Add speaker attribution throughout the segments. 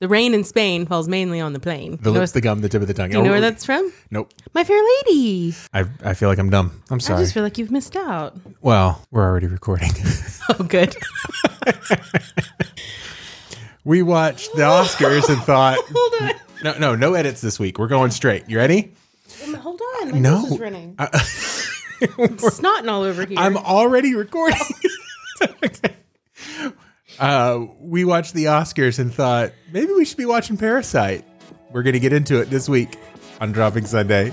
Speaker 1: The rain in Spain falls mainly on the plain.
Speaker 2: The
Speaker 1: You know-
Speaker 2: lips, the gum, the tip of the tongue. Oh,
Speaker 1: do you know where that's from?
Speaker 2: Nope.
Speaker 1: My Fair Lady.
Speaker 2: I, I feel like I'm dumb. I'm
Speaker 1: I
Speaker 2: sorry.
Speaker 1: just feel like you've missed out.
Speaker 2: Well, we're already recording.
Speaker 1: Oh, good.
Speaker 2: we watched the Oscars and thought,
Speaker 1: Hold on.
Speaker 2: no, no, no edits this week. We're going straight. You ready?
Speaker 1: Um, Hold on. My
Speaker 2: No.
Speaker 1: nose is running. I'm snotting all over here.
Speaker 2: I'm already recording. uh, we watched the Oscars and thought maybe we should be watching Parasite. We're going to get into it this week on Dropping Sunday.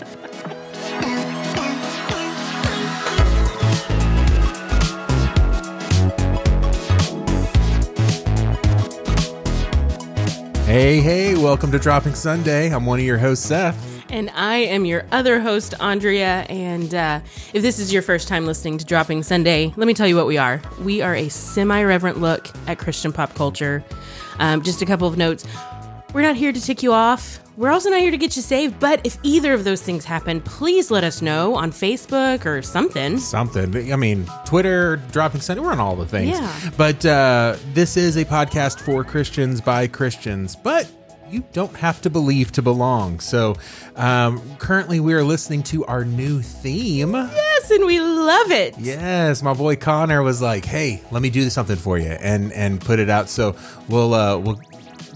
Speaker 2: Hey, hey, welcome to Dropping Sunday. I'm one of your hosts, Seth.
Speaker 1: And I am your other host, Andrea. And uh, if this is your first time listening to Dropping Sunday, let me tell you what we are. We are a semi reverent look at Christian pop culture. Um, just a couple of notes. We're not here to tick you off. We're also not here to get you saved. But if either of those things happen, please let us know on Facebook or something.
Speaker 2: something. I mean, Twitter, Dropping Sunday, we're on all the things.
Speaker 1: Yeah.
Speaker 2: But uh, this is a podcast for Christians by Christians, but you don't have to believe to belong. So um, currently we are listening to our new theme.
Speaker 1: Yes, and we love it.
Speaker 2: Yes, my boy Connor was like, "Hey, let me do something for you," and and put it out. So we'll uh, we'll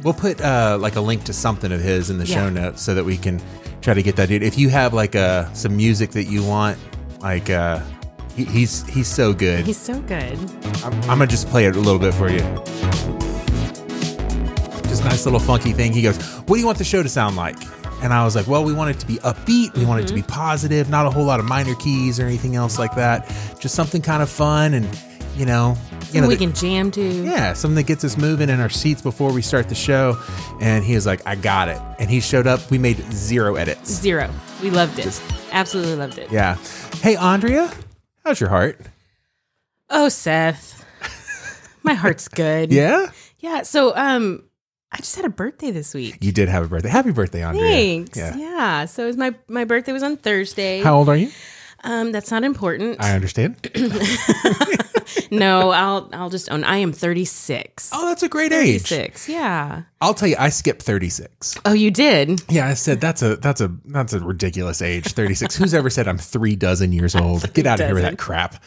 Speaker 2: we'll put uh, like a link to something of his in the
Speaker 1: Yeah.
Speaker 2: show notes so that we can try to get that dude. If you have like uh, some music that you want, like uh, he, he's he's so good.
Speaker 1: He's so good.
Speaker 2: I'm, I'm gonna just play it a little bit for you. Just nice little funky thing. He goes, "What do you want the show to sound like?" And I was like, "Well, we want it to be upbeat. We want it to
Speaker 1: Mm-hmm.
Speaker 2: be positive. Not a whole lot of minor keys or anything else like that. Just something kind of fun and you know, you
Speaker 1: and
Speaker 2: know,
Speaker 1: we
Speaker 2: that-
Speaker 1: can jam to.
Speaker 2: yeah, something that gets us moving in our seats before we start the show." And he was like, "I got it." And he showed up. We made zero edits.
Speaker 1: Zero. We loved it. Absolutely loved it.
Speaker 2: Yeah. Hey, Andrea, how's your heart?
Speaker 1: Mm-hmm. Oh, Seth. My heart's good.
Speaker 2: Yeah,
Speaker 1: Yeah. So, um, I just had a birthday this week.
Speaker 2: you did have a birthday. Happy birthday, Andrea.
Speaker 1: Thanks. Yeah.
Speaker 2: Yeah.
Speaker 1: So it was my my birthday was on Thursday.
Speaker 2: How old are you?
Speaker 1: um, that's not important.
Speaker 2: I understand.
Speaker 1: no, I'll I'll just own. I am thirty six.
Speaker 2: Oh, that's a great age.
Speaker 1: Six. Yeah.
Speaker 2: I'll tell you, I skipped 36.
Speaker 1: Oh, you did.
Speaker 2: Yeah, I said that's a that's a that's a ridiculous age, 36. Who's ever said I'm three dozen years old? Get out of here with
Speaker 1: dozen.
Speaker 2: that crap.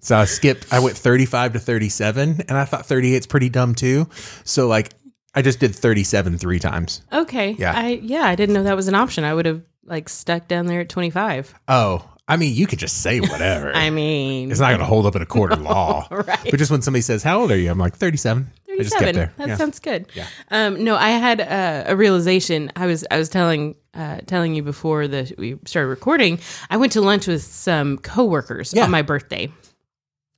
Speaker 2: So I skipped. I went 35 to 37, and I thought 38's pretty dumb too. So like, I just did 37 three times.
Speaker 1: Okay.
Speaker 2: Yeah.
Speaker 1: I yeah. I didn't know that was an option. I would have like stuck down there at twenty five.
Speaker 2: Oh, I mean, you could just say whatever.
Speaker 1: I mean,
Speaker 2: it's not going to hold up in a court of law.
Speaker 1: Right.
Speaker 2: But just when somebody says, "How old are you?" I'm like 37. I just kept
Speaker 1: 37.
Speaker 2: there.
Speaker 1: That
Speaker 2: Yeah.
Speaker 1: sounds good. Um, no, I had uh, a realization. I was I was telling uh, telling you before the we started recording. I went to lunch with some coworkers
Speaker 2: Yeah.
Speaker 1: on my birthday.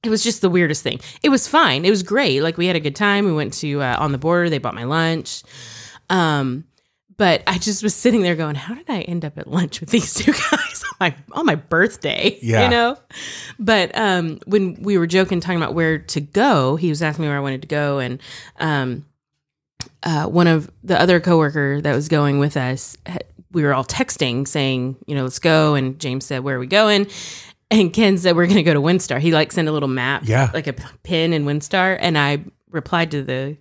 Speaker 1: It was just the weirdest thing. It was fine. It was great. Like we had a good time. We went to uh, on the border. They bought my lunch. Um, but I just was sitting there going, "How did I end up at lunch with these two guys on my on my birthday?"
Speaker 2: Yeah.
Speaker 1: you know. But um, when we were joking, talking about where to go, he was asking me where I wanted to go, and um, uh, one of the other coworker that was going with us, had- we were all texting saying, you know, let's go. And James said, where are we going? And Ken said, we're going to go to Windstar. He like sent a little map,
Speaker 2: Yeah.
Speaker 1: like a p- pin in Windstar. And I replied to the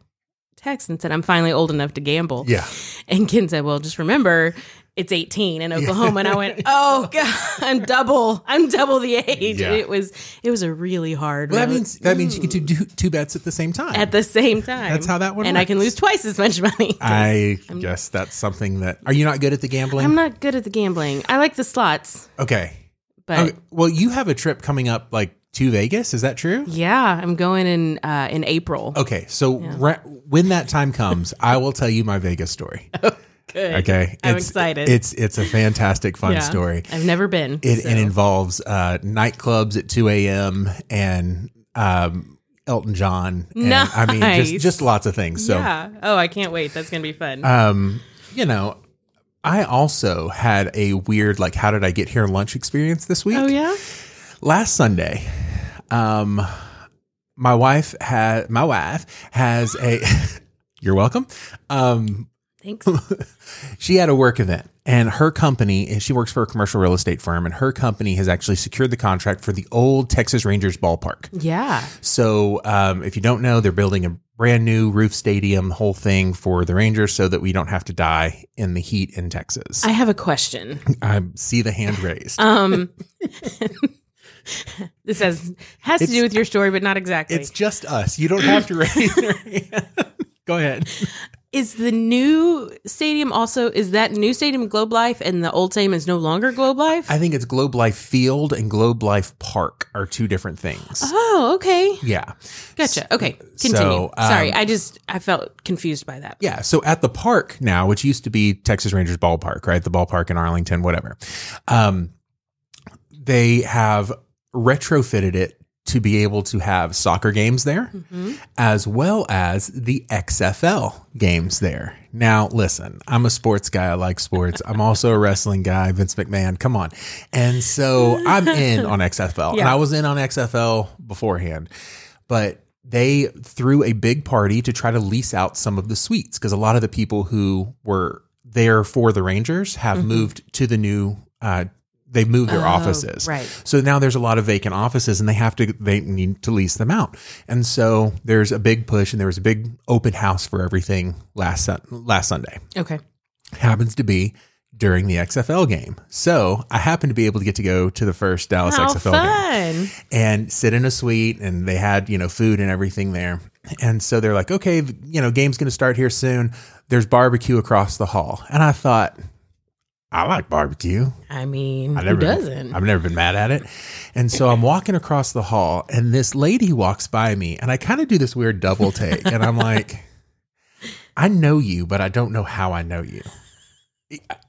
Speaker 1: text and said, I'm finally old enough to gamble.
Speaker 2: Yeah.
Speaker 1: And Ken said, well, just remember it's 18 in Oklahoma. And I went, oh God, I'm double. I'm double the age.
Speaker 2: Yeah.
Speaker 1: It was, it was a really hard
Speaker 2: Well, that
Speaker 1: road
Speaker 2: means that means you can do two- two bets at the same time.
Speaker 1: Mm. at the same time.
Speaker 2: That's how that one
Speaker 1: And I can
Speaker 2: works.
Speaker 1: lose twice as much money.
Speaker 2: I guess that's something that. Are you not good at the gambling?
Speaker 1: I'm not good at the gambling. I like the slots,
Speaker 2: okay.
Speaker 1: but
Speaker 2: Okay, Well, you have a trip coming up, like to Vegas. Is that true?
Speaker 1: yeah, I'm going in uh, in April.
Speaker 2: Okay. So ra- when that time comes, I will tell you my Vegas story.
Speaker 1: Good.
Speaker 2: Okay.
Speaker 1: I'm
Speaker 2: It's-
Speaker 1: excited.
Speaker 2: It's it's a fantastic fun
Speaker 1: Yeah.
Speaker 2: story.
Speaker 1: I've never been.
Speaker 2: It,
Speaker 1: so.
Speaker 2: it involves uh, nightclubs at 2 a.m. and um, Elton John. And, I mean, just,
Speaker 1: Nice.
Speaker 2: just lots of things. So
Speaker 1: yeah. Oh, I can't wait. That's gonna be fun.
Speaker 2: um, you know, I also had a weird like how did I get here lunch experience this week.
Speaker 1: oh yeah.
Speaker 2: Last Sunday, um my wife had my wife has a you're welcome. Um
Speaker 1: Thanks.
Speaker 2: she had a work event and her company and she works for a commercial real estate firm and her company has actually secured the contract for the old Texas Rangers ballpark.
Speaker 1: yeah.
Speaker 2: So, um, if you don't know, they're building a brand new roof stadium, whole thing for the Rangers so that we don't have to die in the heat in Texas.
Speaker 1: I have a question.
Speaker 2: I see the hand raised.
Speaker 1: Um, this has has to do with your story, but not exactly.
Speaker 2: It's just us. You don't have to raise your hand. Go ahead.
Speaker 1: Is the new stadium also is that new stadium Globe Life and the old stadium is no longer Globe Life?
Speaker 2: I think it's Globe Life Field and Globe Life Park are two different things.
Speaker 1: oh, okay.
Speaker 2: Yeah.
Speaker 1: Gotcha. Okay. Continue.
Speaker 2: So, um,
Speaker 1: Sorry, I just I felt confused by that.
Speaker 2: Yeah. So at the park now, which used to be Texas Rangers Ballpark, right? The ballpark in Arlington, whatever. Um, they have retrofitted it to be able to have soccer games there
Speaker 1: Mm-hmm.
Speaker 2: as well as the XFL games there. Now, listen, I'm a sports guy. I like sports. I'm also a wrestling guy. Vince McMahon, come on. And so I'm in on XFL. And
Speaker 1: Yeah.
Speaker 2: I was in on XFL beforehand, but they threw a big party to try to lease out some of the suites because a lot of the people who were there for the Rangers have moved to the new, uh, they've moved their
Speaker 1: Mm-hmm. Oh,
Speaker 2: offices.
Speaker 1: right.
Speaker 2: So now there's a lot of vacant offices and they have to they need to lease them out. And so there's a big push and there was a big open house for everything last Sun- last Sunday.
Speaker 1: Okay.
Speaker 2: Happens to be during the XFL game. So I happened to be able to get to go to the first Dallas
Speaker 1: How
Speaker 2: XFL game
Speaker 1: fun.
Speaker 2: and sit in a suite and they had you know food and everything there and so they're like okay th- you know game's going to start here soon there's barbecue across the hall and i thought i like barbecue
Speaker 1: I mean,
Speaker 2: I
Speaker 1: who
Speaker 2: never
Speaker 1: doesn't?
Speaker 2: I've never been mad at it. And so I'm walking across the hall and this lady walks by me and I kind of do this weird double take and I'm like I know you but I don't know how I know you.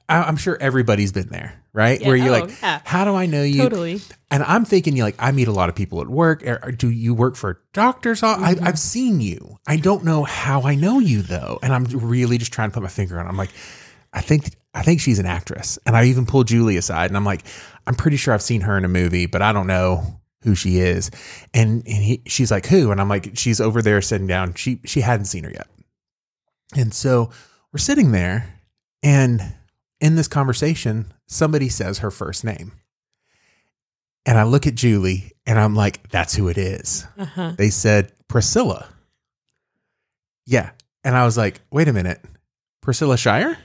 Speaker 2: I, I'm sure everybody's been there, right? Where you're
Speaker 1: oh,
Speaker 2: like
Speaker 1: yeah.
Speaker 2: how do I know you?
Speaker 1: Totally.
Speaker 2: And I'm thinking you know, like I meet a lot of people at work or, or do you work for a doctor's office? I've seen you. I don't know how I know you though. And I'm really just trying to put my finger on it. I'm like I think I think she's an actress. And I even pulled Julie aside and I'm like, I'm pretty sure I've seen her in a movie, but I don't know who she is. And and he, she's like, who? And I'm like, she's over there sitting down. She she hadn't seen her yet. And so we're sitting there and in this conversation, somebody says her first name. And I look at Julie and I'm like, that's who it is.
Speaker 1: Uh-huh.
Speaker 2: They said Priscilla. Yeah. And I was like, wait a minute. Priscilla Shire?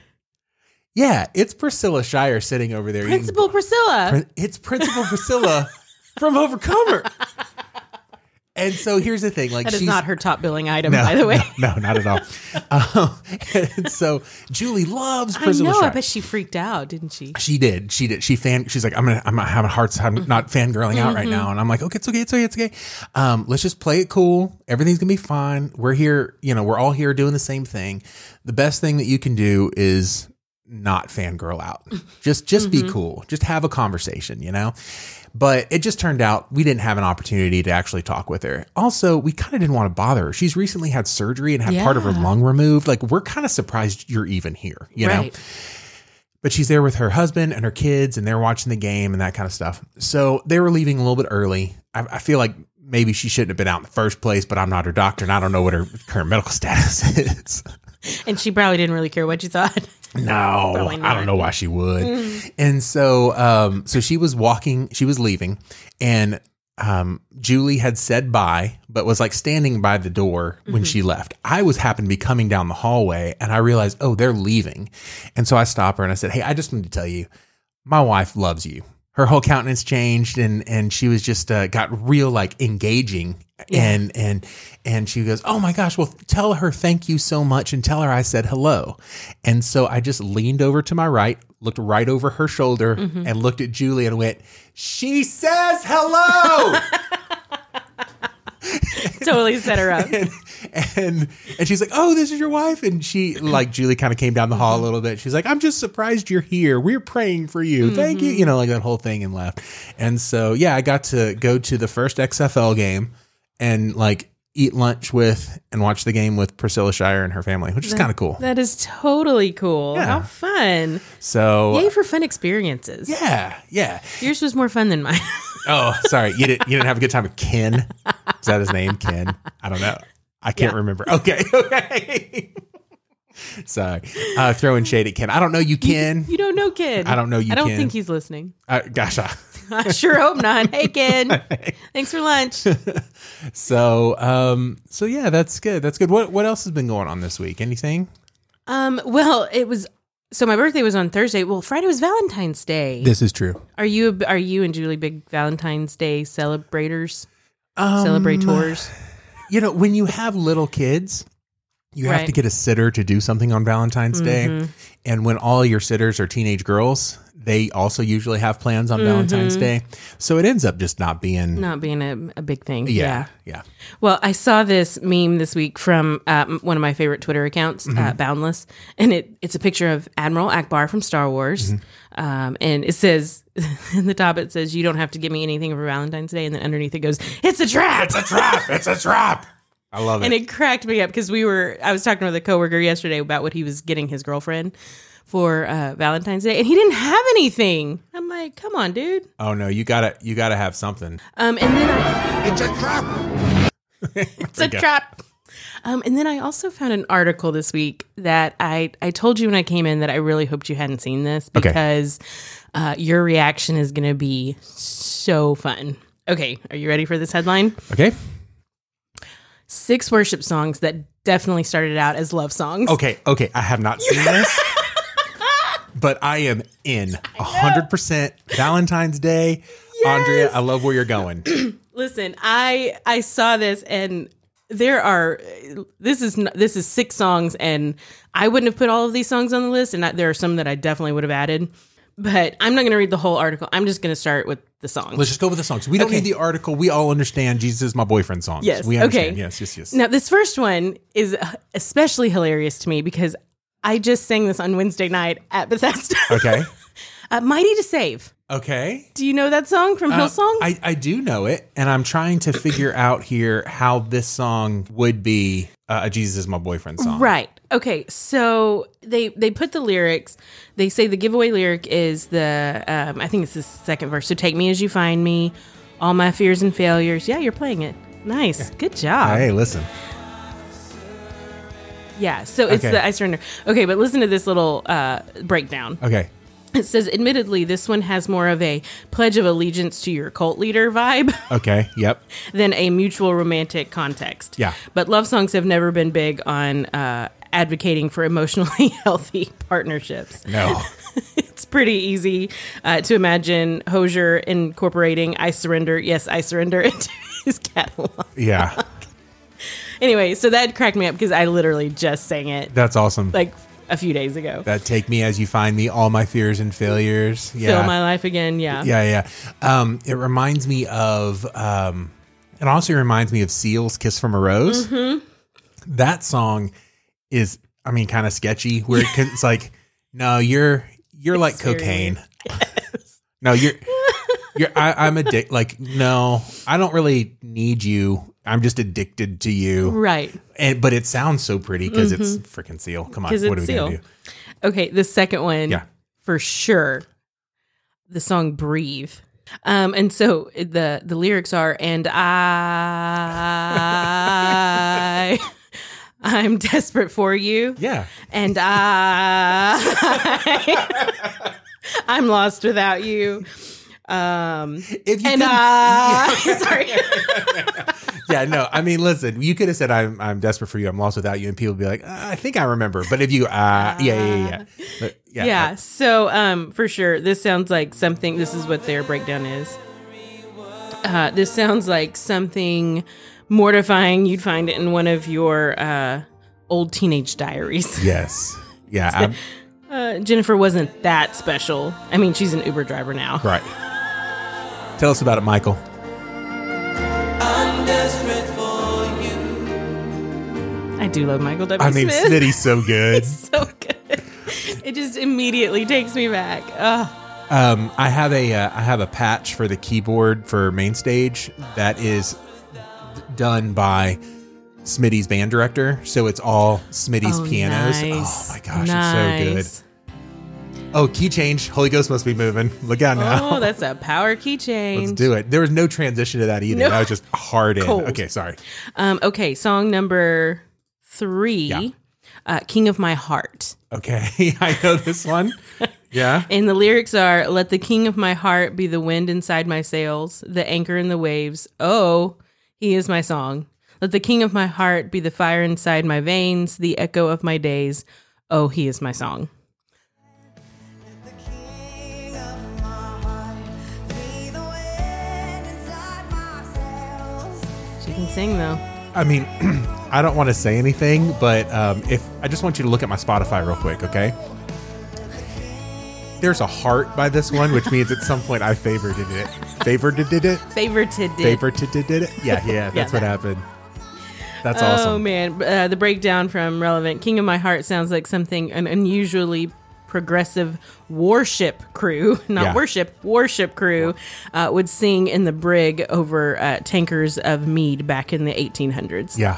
Speaker 2: Yeah, it's Priscilla Shire sitting over there. eating-
Speaker 1: Principal Priscilla.
Speaker 2: Pri- It's Principal Priscilla from Overcomer. And so here's the thing like
Speaker 1: that is
Speaker 2: she's
Speaker 1: not her top billing item, by the way.
Speaker 2: No, no, not at all. um, and so Julie loves
Speaker 1: I
Speaker 2: Priscilla
Speaker 1: know.
Speaker 2: Shire.
Speaker 1: I bet she freaked out, didn't she?
Speaker 2: She did. She did. She fan. She's like, I'm gonna. I'm having a hard time not fangirling out
Speaker 1: Mm-hmm.
Speaker 2: right now. And I'm like, okay, it's okay. It's okay. It's okay. Um, let's just play it cool. Everything's gonna be fine. We're here. You know, we're all here doing the same thing. The best thing that you can do is not fangirl out. Just, just
Speaker 1: Mm-hmm.
Speaker 2: be cool. Just have a conversation. You know. But it just turned out we didn't have an opportunity to actually talk with her. Also, we kind of didn't want to bother her. She's recently had surgery and had part of her
Speaker 1: Yeah.
Speaker 2: lung removed. Like we're kind of surprised you're even here. You know.
Speaker 1: right.
Speaker 2: But she's there with her husband and her kids, and they're watching the game and that kind of stuff. So they were leaving a little bit early. I, I feel like maybe she shouldn't have been out in the first place, but I'm not her doctor and I don't know what her current medical status is.
Speaker 1: And she probably didn't really care what you thought.
Speaker 2: No,
Speaker 1: Probably
Speaker 2: I don't
Speaker 1: not. Mm.
Speaker 2: know why she would. And so, um, so she was walking, she was leaving, and um, Julie had said bye, but was like standing by the door when
Speaker 1: Mm-hmm.
Speaker 2: she left. I was happened to be coming down the hallway, and I realized, oh, they're leaving, and so I stopped her and I said, hey, I just need to tell you, my wife loves you. Her whole countenance changed, and and she was just uh, got real like engaging, and and and she goes, oh my gosh, well tell her thank you so much, and tell her I said hello, and so I just leaned over to my right, looked right over her shoulder, and looked at Julie and went, she says hello.
Speaker 1: totally set her up.
Speaker 2: and and and she's like, "Oh, this is your wife." And she like Julie kind of came down the hall a little bit. She's like, "I'm just surprised you're here. We're praying for you. Thank you." You know, like that whole thing and left. And so, yeah, I got to go to the first XFL game and like eat lunch with and watch the game with Priscilla Shire and her family, which is kind of cool.
Speaker 1: That is totally cool.
Speaker 2: Yeah.
Speaker 1: How fun.
Speaker 2: So,
Speaker 1: Yay for fun experiences.
Speaker 2: yeah, yeah.
Speaker 1: Yours was more fun than mine.
Speaker 2: Oh, sorry. You didn't you didn't have a good time with Ken? Is that his name? Ken? I don't know. I can't remember. Okay. Okay. sorry. Uh throwing shade at Ken. I don't know you Ken.
Speaker 1: you don't know Ken.
Speaker 2: I don't know you
Speaker 1: I don't
Speaker 2: Ken.
Speaker 1: think he's listening.
Speaker 2: Uh, gosh. I-
Speaker 1: I sure hope not. Hey, Ken. Thanks for lunch.
Speaker 2: so um so yeah that's good that's good what what else has been going on this week anything
Speaker 1: Um, well, it was so my birthday was on Thursday. Well, Friday was Valentine's Day.
Speaker 2: this is true
Speaker 1: Are you are you and Julie big Valentine's Day celebrators?
Speaker 2: um,
Speaker 1: Celebrators?
Speaker 2: you know when you have little kids you have
Speaker 1: Right.
Speaker 2: to get a sitter to do something on valentine's day and when all your sitters are teenage girls they also usually have plans on valentine's day so it ends up just not being
Speaker 1: Not being a, a big thing.
Speaker 2: yeah yeah,
Speaker 1: Well, I saw this meme this week from uh, m- one of my favorite Twitter accounts,
Speaker 2: Mm-hmm.
Speaker 1: uh, Boundless, and it it's a picture of Admiral Akbar from Star Wars,
Speaker 2: Mm-hmm.
Speaker 1: um, and it says in the top it says you don't have to give me anything for Valentine's Day, and then underneath it goes it's a trap.
Speaker 2: it's a trap it's a trap i love it
Speaker 1: and it cracked me up because we were i was talking with a coworker yesterday about what he was getting his girlfriend for uh, valentine's day and he didn't have anything i'm like come on dude
Speaker 2: oh no you gotta you gotta have something
Speaker 1: um, and then I,
Speaker 2: it's a trap
Speaker 1: it's a
Speaker 2: go.
Speaker 1: trap um, and then i also found an article this week that i i told you when i came in that i really hoped you hadn't seen this
Speaker 2: Okay.
Speaker 1: because uh, your reaction is going to be so fun okay are you ready for this headline
Speaker 2: okay
Speaker 1: six worship songs that definitely started out as love songs
Speaker 2: okay okay i have not seen this but i am in 100% valentine's day andrea i love where you're going
Speaker 1: Listen, I I saw this and there are this is n- this is six songs and I wouldn't have put all of these songs on the list and I, there are some that I definitely would have added. But I'm not going to read the whole article. I'm just going to start with the song.
Speaker 2: Let's just go with the songs. We don't need the article. We all understand Jesus is my boyfriend songs.
Speaker 1: Yes,
Speaker 2: We understand.
Speaker 1: okay.
Speaker 2: Yes, yes, yes.
Speaker 1: now, this first one is uh, especially hilarious to me because I just sang this on Wednesday night at Bethesda.
Speaker 2: Okay.
Speaker 1: uh, Mighty to Save.
Speaker 2: Okay.
Speaker 1: Do you know that song from
Speaker 2: Uh,
Speaker 1: Hillsong?
Speaker 2: I, I do know it. And I'm trying to figure out here how this song would be uh, a Jesus is my boyfriend song.
Speaker 1: Right. Okay. So they they put the lyrics. They say the giveaway lyric is the um, I think it's the second verse. So take me as you find me, all my fears and failures. Yeah, you're playing it. Nice. Good job.
Speaker 2: Hey, listen.
Speaker 1: Yeah. So it's
Speaker 2: Okay.
Speaker 1: the I surrender. Okay, but listen to this little uh, breakdown.
Speaker 2: Okay.
Speaker 1: It says, admittedly, this one has more of a pledge of allegiance to your cult leader vibe.
Speaker 2: Okay. Yep.
Speaker 1: than a mutual romantic context.
Speaker 2: Yeah.
Speaker 1: But love songs have never been big on uh, advocating for emotionally healthy partnerships.
Speaker 2: No.
Speaker 1: It's pretty easy uh, to imagine Hosier incorporating I Surrender, Yes, I Surrender into his catalog.
Speaker 2: Yeah.
Speaker 1: Anyway, so that cracked me up because I literally just sang it
Speaker 2: That's awesome.
Speaker 1: like a few days ago.
Speaker 2: that take me as you find me, all my fears and failures. Yeah.
Speaker 1: Fill My Life Again, yeah.
Speaker 2: Yeah, yeah. Um, it reminds me of. Um, it also reminds me of Seal's "Kiss from a Rose."
Speaker 1: Mm-hmm.
Speaker 2: That song is, I mean, kind of sketchy. Where it, can- it's like, no, you're you're like
Speaker 1: Serious.
Speaker 2: cocaine. no, you're you're. I, I'm addicted. Like, no, I don't really need you. I'm just addicted to you.
Speaker 1: Right.
Speaker 2: And but it sounds so pretty because it's freaking Seal. Come on,
Speaker 1: Mm-hmm. 'Cause
Speaker 2: what are
Speaker 1: it's
Speaker 2: we gonna
Speaker 1: Seal.
Speaker 2: do?
Speaker 1: Okay, the second one,
Speaker 2: Yeah.
Speaker 1: for sure. The song "Breathe," um, and so the the lyrics are, "And I, I'm desperate for you,
Speaker 2: Yeah.
Speaker 1: and I, I'm lost without you." Um,
Speaker 2: If you
Speaker 1: and
Speaker 2: could-
Speaker 1: I, sorry,
Speaker 2: yeah, no. I mean, listen, you could have said, "I'm I'm desperate for you. I'm lost without you," and people would be like, uh, "I think I remember." But if you, uh, yeah, yeah, yeah, But, yeah,
Speaker 1: yeah. So, um, for sure, this sounds like something. This is what their breakdown is. Uh, this sounds like something mortifying you'd find it in one of your uh, old teenage diaries.
Speaker 2: yes, yeah, I'm,
Speaker 1: Uh, Jennifer wasn't that special. I mean, she's an Uber driver now.
Speaker 2: right. Tell us about it, Michael.
Speaker 3: I'm desperate for you.
Speaker 1: I do love Michael W.
Speaker 2: I mean,
Speaker 1: Smith.
Speaker 2: Smitty's so good.
Speaker 1: so good. It just immediately takes me back. Oh,
Speaker 2: Um, I have a uh, I have a patch for the keyboard for main stage that is done by Smitty's band director, so it's all Smitty's
Speaker 1: oh,
Speaker 2: pianos.
Speaker 1: nice.
Speaker 2: Oh my gosh, it's so
Speaker 1: Nice.
Speaker 2: good. Oh, key change. Holy Ghost must be moving. Look out now.
Speaker 1: Oh, that's a power keychain.
Speaker 2: Let's do it. There was no transition to that either.
Speaker 1: No.
Speaker 2: That was just hard in.
Speaker 1: Cold.
Speaker 2: Okay, sorry.
Speaker 1: Um, okay, song number three,
Speaker 2: Yeah.
Speaker 1: uh, "King of My Heart,"
Speaker 2: Okay, I know this one. Yeah.
Speaker 1: and the lyrics are: "Let the king of my heart be the wind inside my sails, the anchor in the waves. Oh, He is my song. Let the king of my heart be the fire inside my veins, the echo of my days. Oh, he is my song.
Speaker 4: The king of my heart, be the wind inside my sails.
Speaker 1: She can sing though.
Speaker 2: I mean, I don't want to say anything, but um, if I just want you to look at my Spotify real quick, okay? There's a heart by this one, which means at some point I favored it. Favored it, did it?
Speaker 1: Favorited did.
Speaker 2: Favored it, did it? Yeah, yeah, Um, that's what happened. That's
Speaker 1: Oh
Speaker 2: awesome.
Speaker 1: man, uh, the breakdown from Relevant King of My Heart sounds like something an unusually progressive worship crew, not
Speaker 2: Yeah.
Speaker 1: worship, worship crew, uh, would sing in the brig over uh, tankers of mead back in the 1800s.
Speaker 2: Yeah.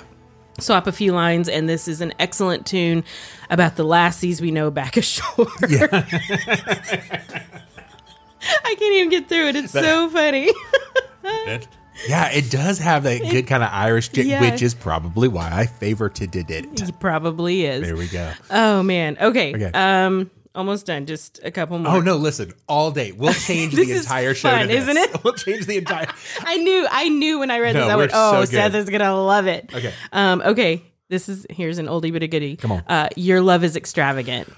Speaker 1: Swap a few lines, and this is an excellent tune about the lassies we know back ashore. I can't even get through it. It's so funny.
Speaker 2: Yeah, it does have that good kind of Irish, j-
Speaker 1: Yeah.
Speaker 2: which is probably why I favored it, did it.
Speaker 1: It probably is.
Speaker 2: There we go.
Speaker 1: Oh man. Okay.
Speaker 2: Okay.
Speaker 1: Um, almost done. Just a couple more.
Speaker 2: Oh no! Listen, all day we'll change
Speaker 1: This
Speaker 2: the
Speaker 1: is
Speaker 2: entire show, to
Speaker 1: fun,
Speaker 2: this.
Speaker 1: isn't it?
Speaker 2: We'll change the entire.
Speaker 1: I knew I knew when I read
Speaker 2: No,
Speaker 1: this. I
Speaker 2: we're
Speaker 1: went, "Oh,
Speaker 2: so good.
Speaker 1: Seth is gonna love it."
Speaker 2: Okay.
Speaker 1: Um, okay. This is here's an oldie but a goodie. Come
Speaker 2: on.
Speaker 1: Uh, Your love is extravagant.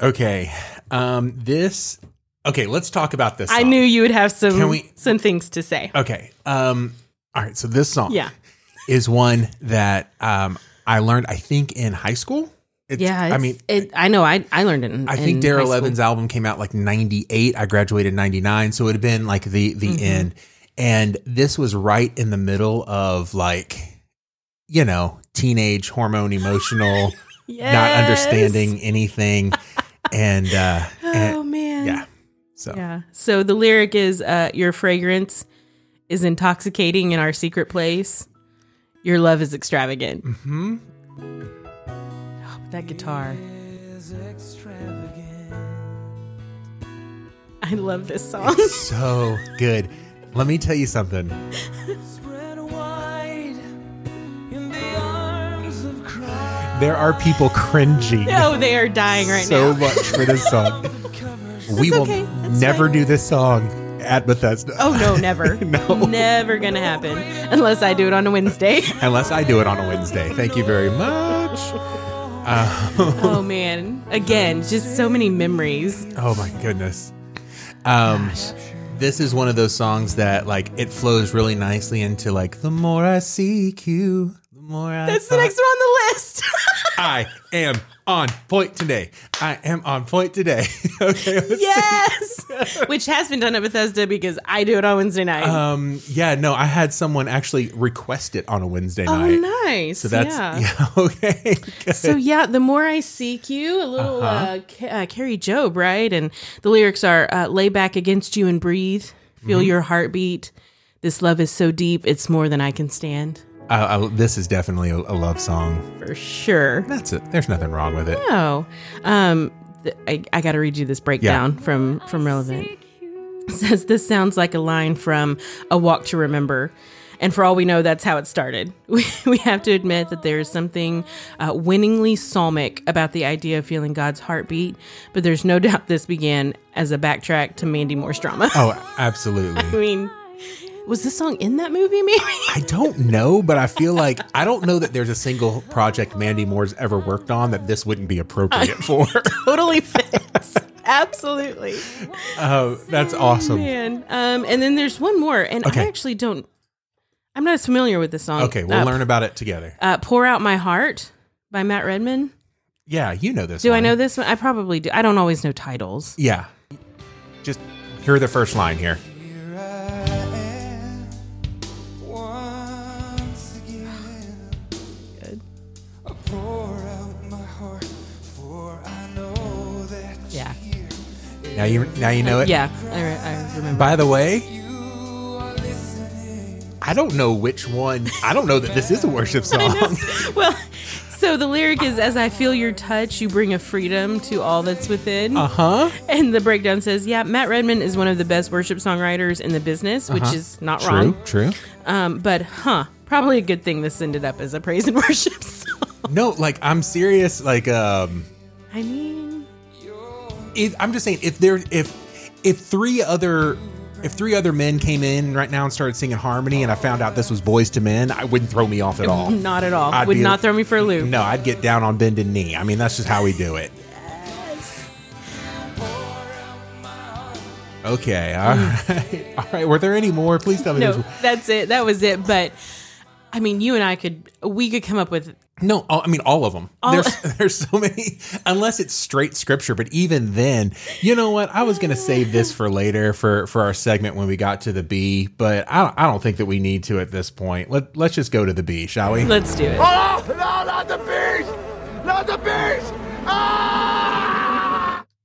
Speaker 2: Okay, um, this. Okay, let's talk about this.
Speaker 1: I
Speaker 2: song.
Speaker 1: knew you would have some
Speaker 2: Can we- Uh,
Speaker 1: some things to say.
Speaker 2: Okay, um, all right. So this song,
Speaker 1: Yeah.
Speaker 2: is one that um, I learned. I think in high school. It's,
Speaker 1: yeah.
Speaker 2: I
Speaker 1: it's-
Speaker 2: mean,
Speaker 1: it, I know. I I learned it. In,
Speaker 2: I think
Speaker 1: in high
Speaker 2: Dare
Speaker 1: school.
Speaker 2: Eleven's album came out like '98. I graduated '99, so it had been like the the
Speaker 1: Mm-hmm.
Speaker 2: end. And this was right in the middle of like, you know, teenage hormone emotional. not
Speaker 1: Yes.
Speaker 2: understanding anything and uh
Speaker 1: Oh
Speaker 2: and-
Speaker 1: man.
Speaker 2: yeah so
Speaker 1: Yeah. So the lyric is uh, Your fragrance is intoxicating in our secret place. Your love is extravagant. Mm-hmm. that guitar. I love this song.
Speaker 2: so good let me tell you something
Speaker 3: Spread wide in the arms of Christ.
Speaker 2: there are people cringing
Speaker 1: oh, they are dying right
Speaker 2: so
Speaker 1: now.
Speaker 2: much for this song we will
Speaker 1: okay. That's
Speaker 2: never
Speaker 1: fine.
Speaker 2: do this song at bethesda
Speaker 1: Oh no, never.
Speaker 2: No.
Speaker 1: Never gonna happen. Unless I do it on a Wednesday.
Speaker 2: unless i do it on a wednesday thank you very much
Speaker 1: oh man. Again, just so many memories.
Speaker 2: oh my goodness um this is one of those songs that like it flows really nicely into like the more i seek you the more I
Speaker 1: That's the
Speaker 2: find-
Speaker 1: next one on the list.
Speaker 2: I am on point today. I am on point today. okay. let's-
Speaker 1: Yes, which has been done at Bethesda because I do it on Wednesday night.
Speaker 2: Um. Yeah. No. I had someone actually request it on a Wednesday
Speaker 1: oh,
Speaker 2: night.
Speaker 1: nice.
Speaker 2: So that's
Speaker 1: yeah.
Speaker 2: yeah. okay. Good.
Speaker 1: So yeah, the more I seek you, a little uh
Speaker 2: Uh-huh.
Speaker 1: Ca- uh, Carrie Job, right? And the lyrics are uh, lay back against you and breathe,
Speaker 2: Mm-hmm.
Speaker 1: feel your heartbeat. This love is so deep, it's more than I can stand.
Speaker 2: I- I- this is definitely a, a love song.
Speaker 1: For sure.
Speaker 2: That's it. There's nothing wrong with it.
Speaker 1: Oh, um, th- I, I got to read you this breakdown from from Relevant. It says this sounds like a line from A Walk to Remember. And for all we know, that's how it started. We, we have to admit that there is something uh, winningly psalmic about the idea of feeling God's heartbeat, but there's no doubt this began as a backtrack to Mandy Moore's drama.
Speaker 2: Oh, absolutely.
Speaker 1: I mean, was this song in that movie, maybe?
Speaker 2: I don't know, but I feel like I don't know that there's a single project Mandy Moore's ever worked on that this wouldn't be appropriate for.
Speaker 1: totally fits. Absolutely.
Speaker 2: Oh, that's awesome.
Speaker 1: Man. Um, and then there's one more, and I
Speaker 2: Okay.
Speaker 1: actually don't. I'm not as familiar with this song.
Speaker 2: Okay, we'll
Speaker 1: Uh,
Speaker 2: learn about it together.
Speaker 1: Uh, "Pour Out My Heart" by Matt Redman.
Speaker 2: Yeah, you know this.
Speaker 1: Do I
Speaker 2: one.
Speaker 1: know this one? I probably do. I don't always know titles.
Speaker 2: Yeah. Just hear the first line here.
Speaker 3: Here I am once again.
Speaker 1: Good.
Speaker 3: I pour out my heart, for I know that
Speaker 1: Yeah.
Speaker 3: here
Speaker 2: Now you now you know it.
Speaker 1: Yeah, I, re- I remember.
Speaker 2: By the way,
Speaker 3: you are listening.
Speaker 2: I don't know which one. I don't know that this is a worship song.
Speaker 1: well, so the lyric is As I feel your touch, you bring a freedom to all that's within.
Speaker 2: Uh huh.
Speaker 1: And the breakdown says, Yeah, Matt Redman is one of the best worship songwriters in the business, which is not
Speaker 2: Uh-huh. True.
Speaker 1: wrong.
Speaker 2: True.
Speaker 1: Um, but, huh, probably a good thing this ended up as a praise and worship song.
Speaker 2: No, like I'm serious. Like um,
Speaker 1: I mean,
Speaker 2: if, I'm just saying if there if if three other if three other men came in right now and started singing harmony, and I found out this was Boys to Men, I wouldn't throw me off at all.
Speaker 1: Not at all.
Speaker 2: I'd
Speaker 1: Would
Speaker 2: be-
Speaker 1: not throw me for a loop.
Speaker 2: No, I'd get down on bended knee. I mean, that's just how we do it. Okay, all right, all right. Were there any more? Please tell me.
Speaker 1: No,
Speaker 2: there was-
Speaker 1: that's it. That was it. But I mean, you and I could we could come up with
Speaker 2: No, all- I mean all of them.
Speaker 1: All-
Speaker 2: there's there's so many. Unless it's straight scripture, but even then, you know what? I was gonna save this for later for for our segment when we got to the B, but I don't, I don't think that we need to at this point. Let let's just go to the B, shall we?
Speaker 1: let's do it.
Speaker 5: Oh, no, not the bees! Not the bees!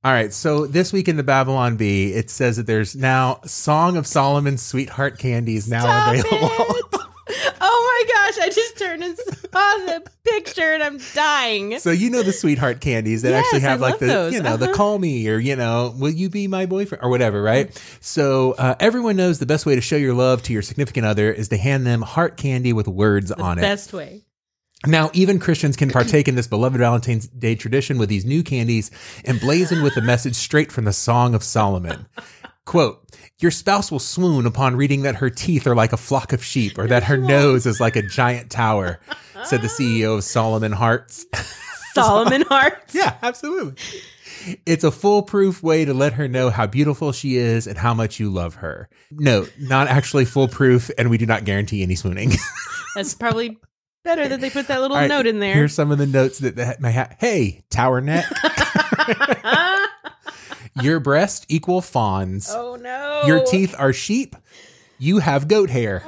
Speaker 2: All right. So this week in the Babylon Bee, it says that there's now Song of Solomon's Sweetheart Candy is now
Speaker 1: Stop
Speaker 2: available.
Speaker 1: it. Oh my gosh, I just turned and saw the picture and I'm dying.
Speaker 2: So you know the sweetheart candies that
Speaker 1: Yes,
Speaker 2: actually
Speaker 1: I
Speaker 2: have like
Speaker 1: love
Speaker 2: the
Speaker 1: those.
Speaker 2: you know the
Speaker 1: Uh-huh.
Speaker 2: call me or you know will you be my boyfriend or whatever, right?
Speaker 1: Mm-hmm.
Speaker 2: So uh, everyone knows the best way to show your love to your significant other is to hand them heart candy with words on it.
Speaker 1: Best way.
Speaker 2: Now, even Christians can partake in this beloved Valentine's Day tradition with these new candies emblazoned with a message straight from the Song of Solomon. Quote, your spouse will swoon upon reading that her teeth are like a flock of sheep or that her nose is like a giant tower, said the CEO of Solomon Hearts.
Speaker 1: Solomon Hearts.
Speaker 2: Yeah, absolutely. It's a foolproof way to let her know how beautiful she is and how much you love her. No, not actually foolproof, and we do not guarantee any swooning.
Speaker 1: That's probably better that they put that little
Speaker 2: All right,
Speaker 1: note in there.
Speaker 2: Here's some of the notes that, that may have. Hey, tower neck. Your breast equal fawns.
Speaker 1: oh no.
Speaker 2: Your teeth are sheep. You have goat hair.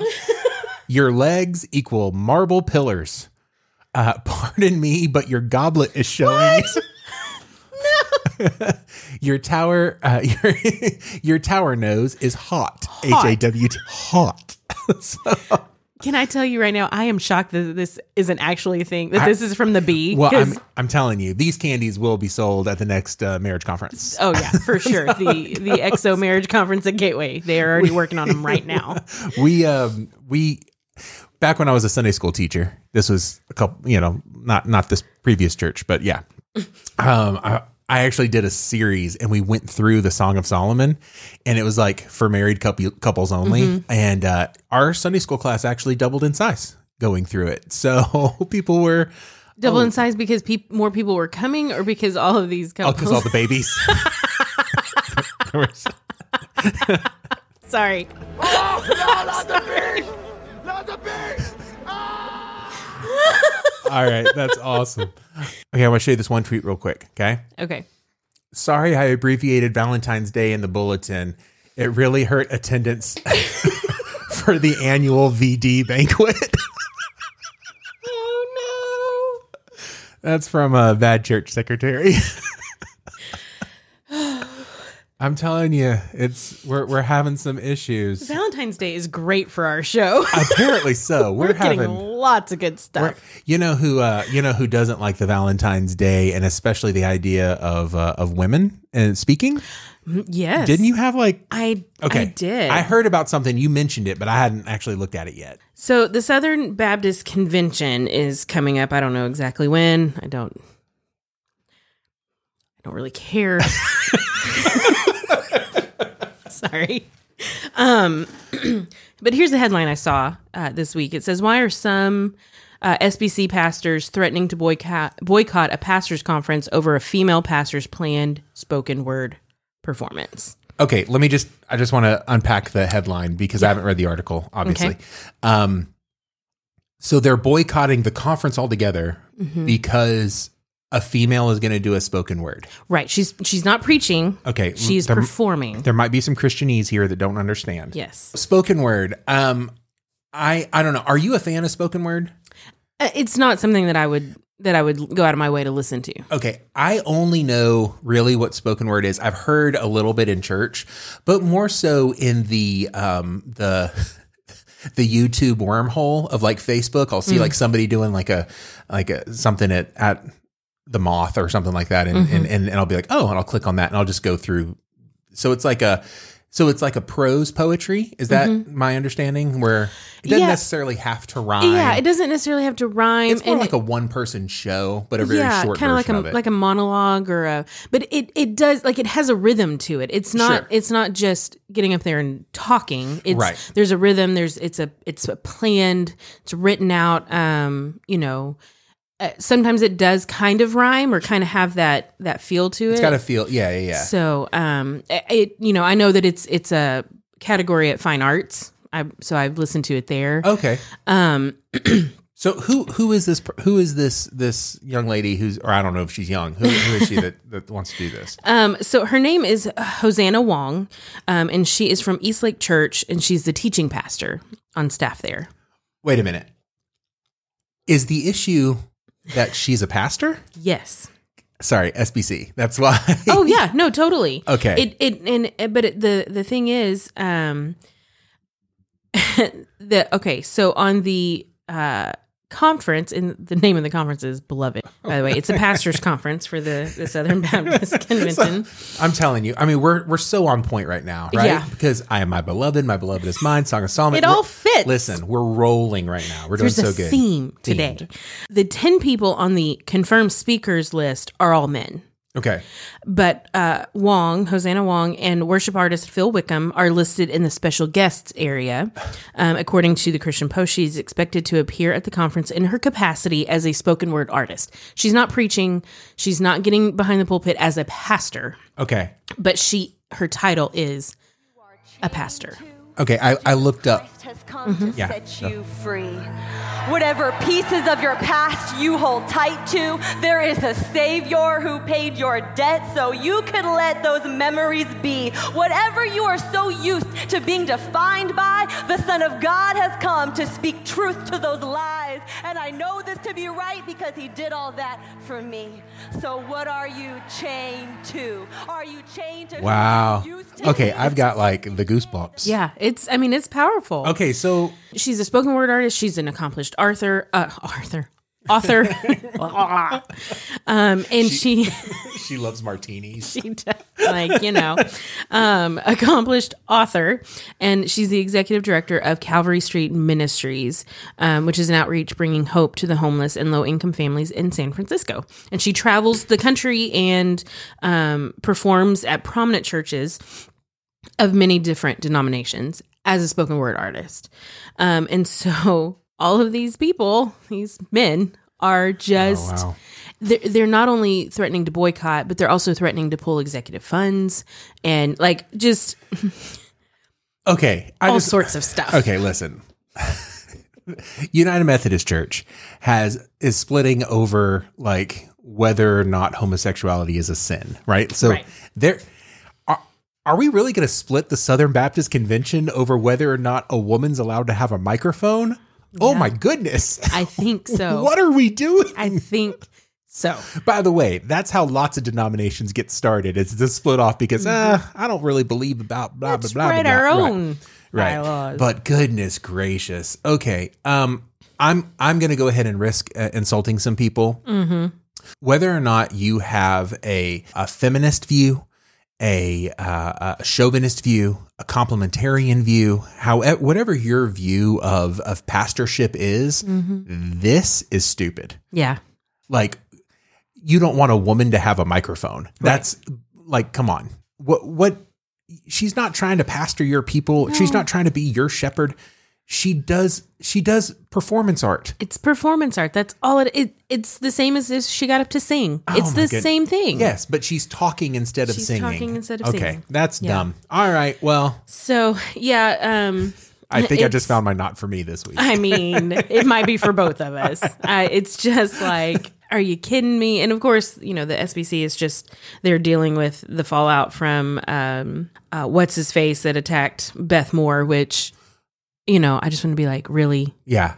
Speaker 2: your legs equal marble pillars. Uh, pardon me, but your goblet is showing. your tower, uh, your your tower nose is hot. H a w t hot. So-
Speaker 1: Can I tell you right now? I am shocked that this isn't actually a thing. That this is from the bee.
Speaker 2: Well,
Speaker 1: 'cause-
Speaker 2: I'm, I'm telling you, these candies will be sold at the next uh, marriage conference.
Speaker 1: oh yeah, for sure. The the EXO marriage conference at Gateway. They are already working on them right now.
Speaker 2: We um we back when I was a Sunday school teacher. This was a couple, you know, not not this previous church, but yeah. Um, I, I actually did a series, and we went through the Song of Solomon, and it was like for married couple, couples only. And uh, our Sunday school class actually doubled in size going through it, so people were
Speaker 1: Double in size because peop more people were coming, or because all of these
Speaker 2: oh,
Speaker 1: couples.
Speaker 2: because all the babies. There was-
Speaker 1: Sorry.
Speaker 5: Oh, no, not the bees! Not the bees!
Speaker 2: All right, that's awesome. Okay, I want to show you this one tweet real quick. Okay.
Speaker 1: Okay.
Speaker 2: Sorry, I abbreviated Valentine's Day in the bulletin. It really hurt attendance for the annual VD banquet.
Speaker 1: Oh no.
Speaker 2: That's from a bad church secretary. I'm telling you, it's we're we're having some issues.
Speaker 1: Valentine's Day is great for our show.
Speaker 2: Apparently so. We're,
Speaker 1: We're
Speaker 2: having
Speaker 1: getting lots of good stuff.
Speaker 2: You know who? Uh, you know who doesn't like the Valentine's Day, and especially the idea of uh, of women and speaking.
Speaker 1: Yes.
Speaker 2: Didn't you have like?
Speaker 1: I
Speaker 2: Okay,
Speaker 1: I did.
Speaker 2: I heard about something. You mentioned it, but I hadn't actually looked at it yet.
Speaker 1: So the Southern Baptist Convention is coming up. I don't know exactly when. I don't I don't really care. Sorry. Um but here's the headline I saw uh, this week. It says why are some uh, SBC pastors threatening to boycott boycott a pastors conference over a female pastor's planned spoken word performance.
Speaker 2: Okay, let me just. I just want to unpack the headline because I haven't read the article, obviously.
Speaker 1: Okay.
Speaker 2: Um, so they're boycotting the conference altogether
Speaker 1: Mm-hmm.
Speaker 2: because a female is going to do a spoken word.
Speaker 1: Right. She's she's not preaching.
Speaker 2: Okay,
Speaker 1: She is
Speaker 2: there,
Speaker 1: performing.
Speaker 2: there might be some Christianese here that don't understand.
Speaker 1: yes.
Speaker 2: Spoken word. Um, I I don't know. Are you a fan of spoken word?
Speaker 1: Uh, it's not something that I would that I would go out of my way to listen to.
Speaker 2: Okay, I only know really what spoken word is. I've heard a little bit in church, but more so in the um the the YouTube wormhole of like Facebook. I'll
Speaker 1: Mm.
Speaker 2: see like somebody doing like a like a something at at the moth
Speaker 1: Mm-hmm.
Speaker 2: or something like that and, and, and and I'll be like, "Oh," and I'll click on that and I'll just go through so it's like a So it's like a prose poetry. Is that my understanding? Where it doesn't
Speaker 1: Mm-hmm. Yeah.
Speaker 2: necessarily have to rhyme.
Speaker 1: Yeah, it doesn't necessarily have to rhyme.
Speaker 2: it's more
Speaker 1: and
Speaker 2: like
Speaker 1: it-
Speaker 2: a one person show, but a very short
Speaker 1: kinda
Speaker 2: version
Speaker 1: like a
Speaker 2: of it.
Speaker 1: like a monologue or a. But it it does like it has a rhythm to it. It's not
Speaker 2: Sure.
Speaker 1: it's not just getting up there and talking. It's
Speaker 2: Right.
Speaker 1: there's a rhythm. There's it's a it's a planned. It's written out. Um, you know. Uh, sometimes it does kind of rhyme or kind of have that that feel to it.
Speaker 2: it's got to feel. Yeah, yeah, yeah.
Speaker 1: So, um, it you know, I know that it's it's a category at Fine Arts. I so I've listened to it there.
Speaker 2: Okay.
Speaker 1: Um,
Speaker 2: So who who is this per- who is this this young lady who's or I don't know if she's young who, who is she that, that wants to do this?
Speaker 1: um, so her name is Hosanna Wong, um, and she is from Eastlake Church, and she's the teaching pastor on staff there.
Speaker 2: Wait a minute. Is the issue that she's a pastor?
Speaker 1: Yes.
Speaker 2: Sorry, SBC. That's why.
Speaker 1: Oh yeah. No, totally.
Speaker 2: Okay.
Speaker 1: It it and uh, but it, the the thing is, um, the okay. So on the uh conference, and the name of the conference is Beloved. By the way, it's a pastors' conference for the the Southern Baptist Convention.
Speaker 2: I'm telling you. I mean, we're we're so on point right now, right?
Speaker 1: Yeah.
Speaker 2: Because I am my beloved, my beloved is mine. Song of Solomon.
Speaker 1: It all
Speaker 2: We're-
Speaker 1: fits.
Speaker 2: Listen, we're rolling right now. We're doing
Speaker 1: There's
Speaker 2: so
Speaker 1: a
Speaker 2: good.
Speaker 1: theme today.
Speaker 2: Themed.
Speaker 1: The ten people on the confirmed speakers list are all men.
Speaker 2: Okay.
Speaker 1: But uh, Wong, Hosanna Wong, and worship artist Phil Wickham are listed in the special guests area. Um, according to the Christian Post, she's expected to appear at the conference in her capacity as a spoken word artist. She's not preaching, she's not getting behind the pulpit as a pastor,
Speaker 2: Okay.
Speaker 1: but she her title is a pastor.
Speaker 2: Okay. I, I looked up.
Speaker 6: Christ has come to
Speaker 2: Mm-hmm. Yeah.
Speaker 6: set you free. Whatever pieces of your past you hold tight to, there is a Savior who paid your debt so you could let those memories be. Whatever you are so used to being defined by, the Son of God has come to speak truth to those lies. And I know this to be right because He did all that for me. So what are you chained to? Are you chained to? who you
Speaker 2: Wow.
Speaker 6: used to
Speaker 2: Okay.
Speaker 6: be?
Speaker 2: I've got like the goosebumps.
Speaker 1: Yeah, it's I mean it's powerful.
Speaker 2: Okay. So
Speaker 1: She's a spoken word artist. She's an accomplished author. Uh, Arthur. Author. um, and she
Speaker 2: she loves martinis.
Speaker 1: she does, like you know um, accomplished author and she's the executive director of calvary street ministries um, which is an outreach bringing hope to the homeless and low income families in san francisco and she travels the country and um, performs at prominent churches of many different denominations as a spoken word artist um, and so all of these people these men are just
Speaker 2: Oh, wow.
Speaker 1: they're, they're not only threatening to boycott, but they're also threatening to pull executive funds and like just
Speaker 2: Okay. I
Speaker 1: all
Speaker 2: just-
Speaker 1: sorts of stuff.
Speaker 2: Okay, listen. United Methodist Church has is splitting over like whether or not homosexuality is a sin, right? So
Speaker 1: Right.
Speaker 2: there are are we really going to split the Southern Baptist Convention over whether or not a woman's allowed to have a microphone? Oh my goodness.
Speaker 1: I think so.
Speaker 2: What are we doing?
Speaker 1: I think so.
Speaker 2: By the way, that's how lots of denominations get started. It's just split off because uh, I don't really believe about blah
Speaker 1: Mm-hmm. Let's
Speaker 2: blah blah.
Speaker 1: write
Speaker 2: blah, blah.
Speaker 1: our
Speaker 2: Right.
Speaker 1: own
Speaker 2: right.
Speaker 1: bylaws.
Speaker 2: But goodness gracious. Okay. Um, I'm I'm gonna go ahead and risk uh, insulting some people. Mm-hmm. Whether or not you have a, a feminist view, a, uh, a chauvinist view, a complementarian view, however, whatever your view of of pastorship is,
Speaker 1: Mm-hmm.
Speaker 2: this is stupid
Speaker 1: yeah.
Speaker 2: like you don't want a woman to have a microphone. That's like come on. What what she's not trying to pastor your people. She's not trying to be your shepherd. She does she does performance art.
Speaker 1: It's performance art. That's all it, it it's the same as if she got up to sing. it's
Speaker 2: Oh my
Speaker 1: the
Speaker 2: goodness.
Speaker 1: same thing.
Speaker 2: Yes, but she's talking instead of
Speaker 1: She's
Speaker 2: singing.
Speaker 1: talking instead of
Speaker 2: okay,
Speaker 1: singing.
Speaker 2: that's
Speaker 1: Yeah.
Speaker 2: dumb. All right. Well,
Speaker 1: So, yeah, um
Speaker 2: I think I
Speaker 1: It's-
Speaker 2: just found my not for me this week.
Speaker 1: I mean, it might be for both of us. Uh, it's just like, are you kidding me? And of course, you know, the SBC is just, they're dealing with the fallout from um, uh, what's his face that attacked Beth Moore, which, you know, I just want to be like, really?
Speaker 2: yeah.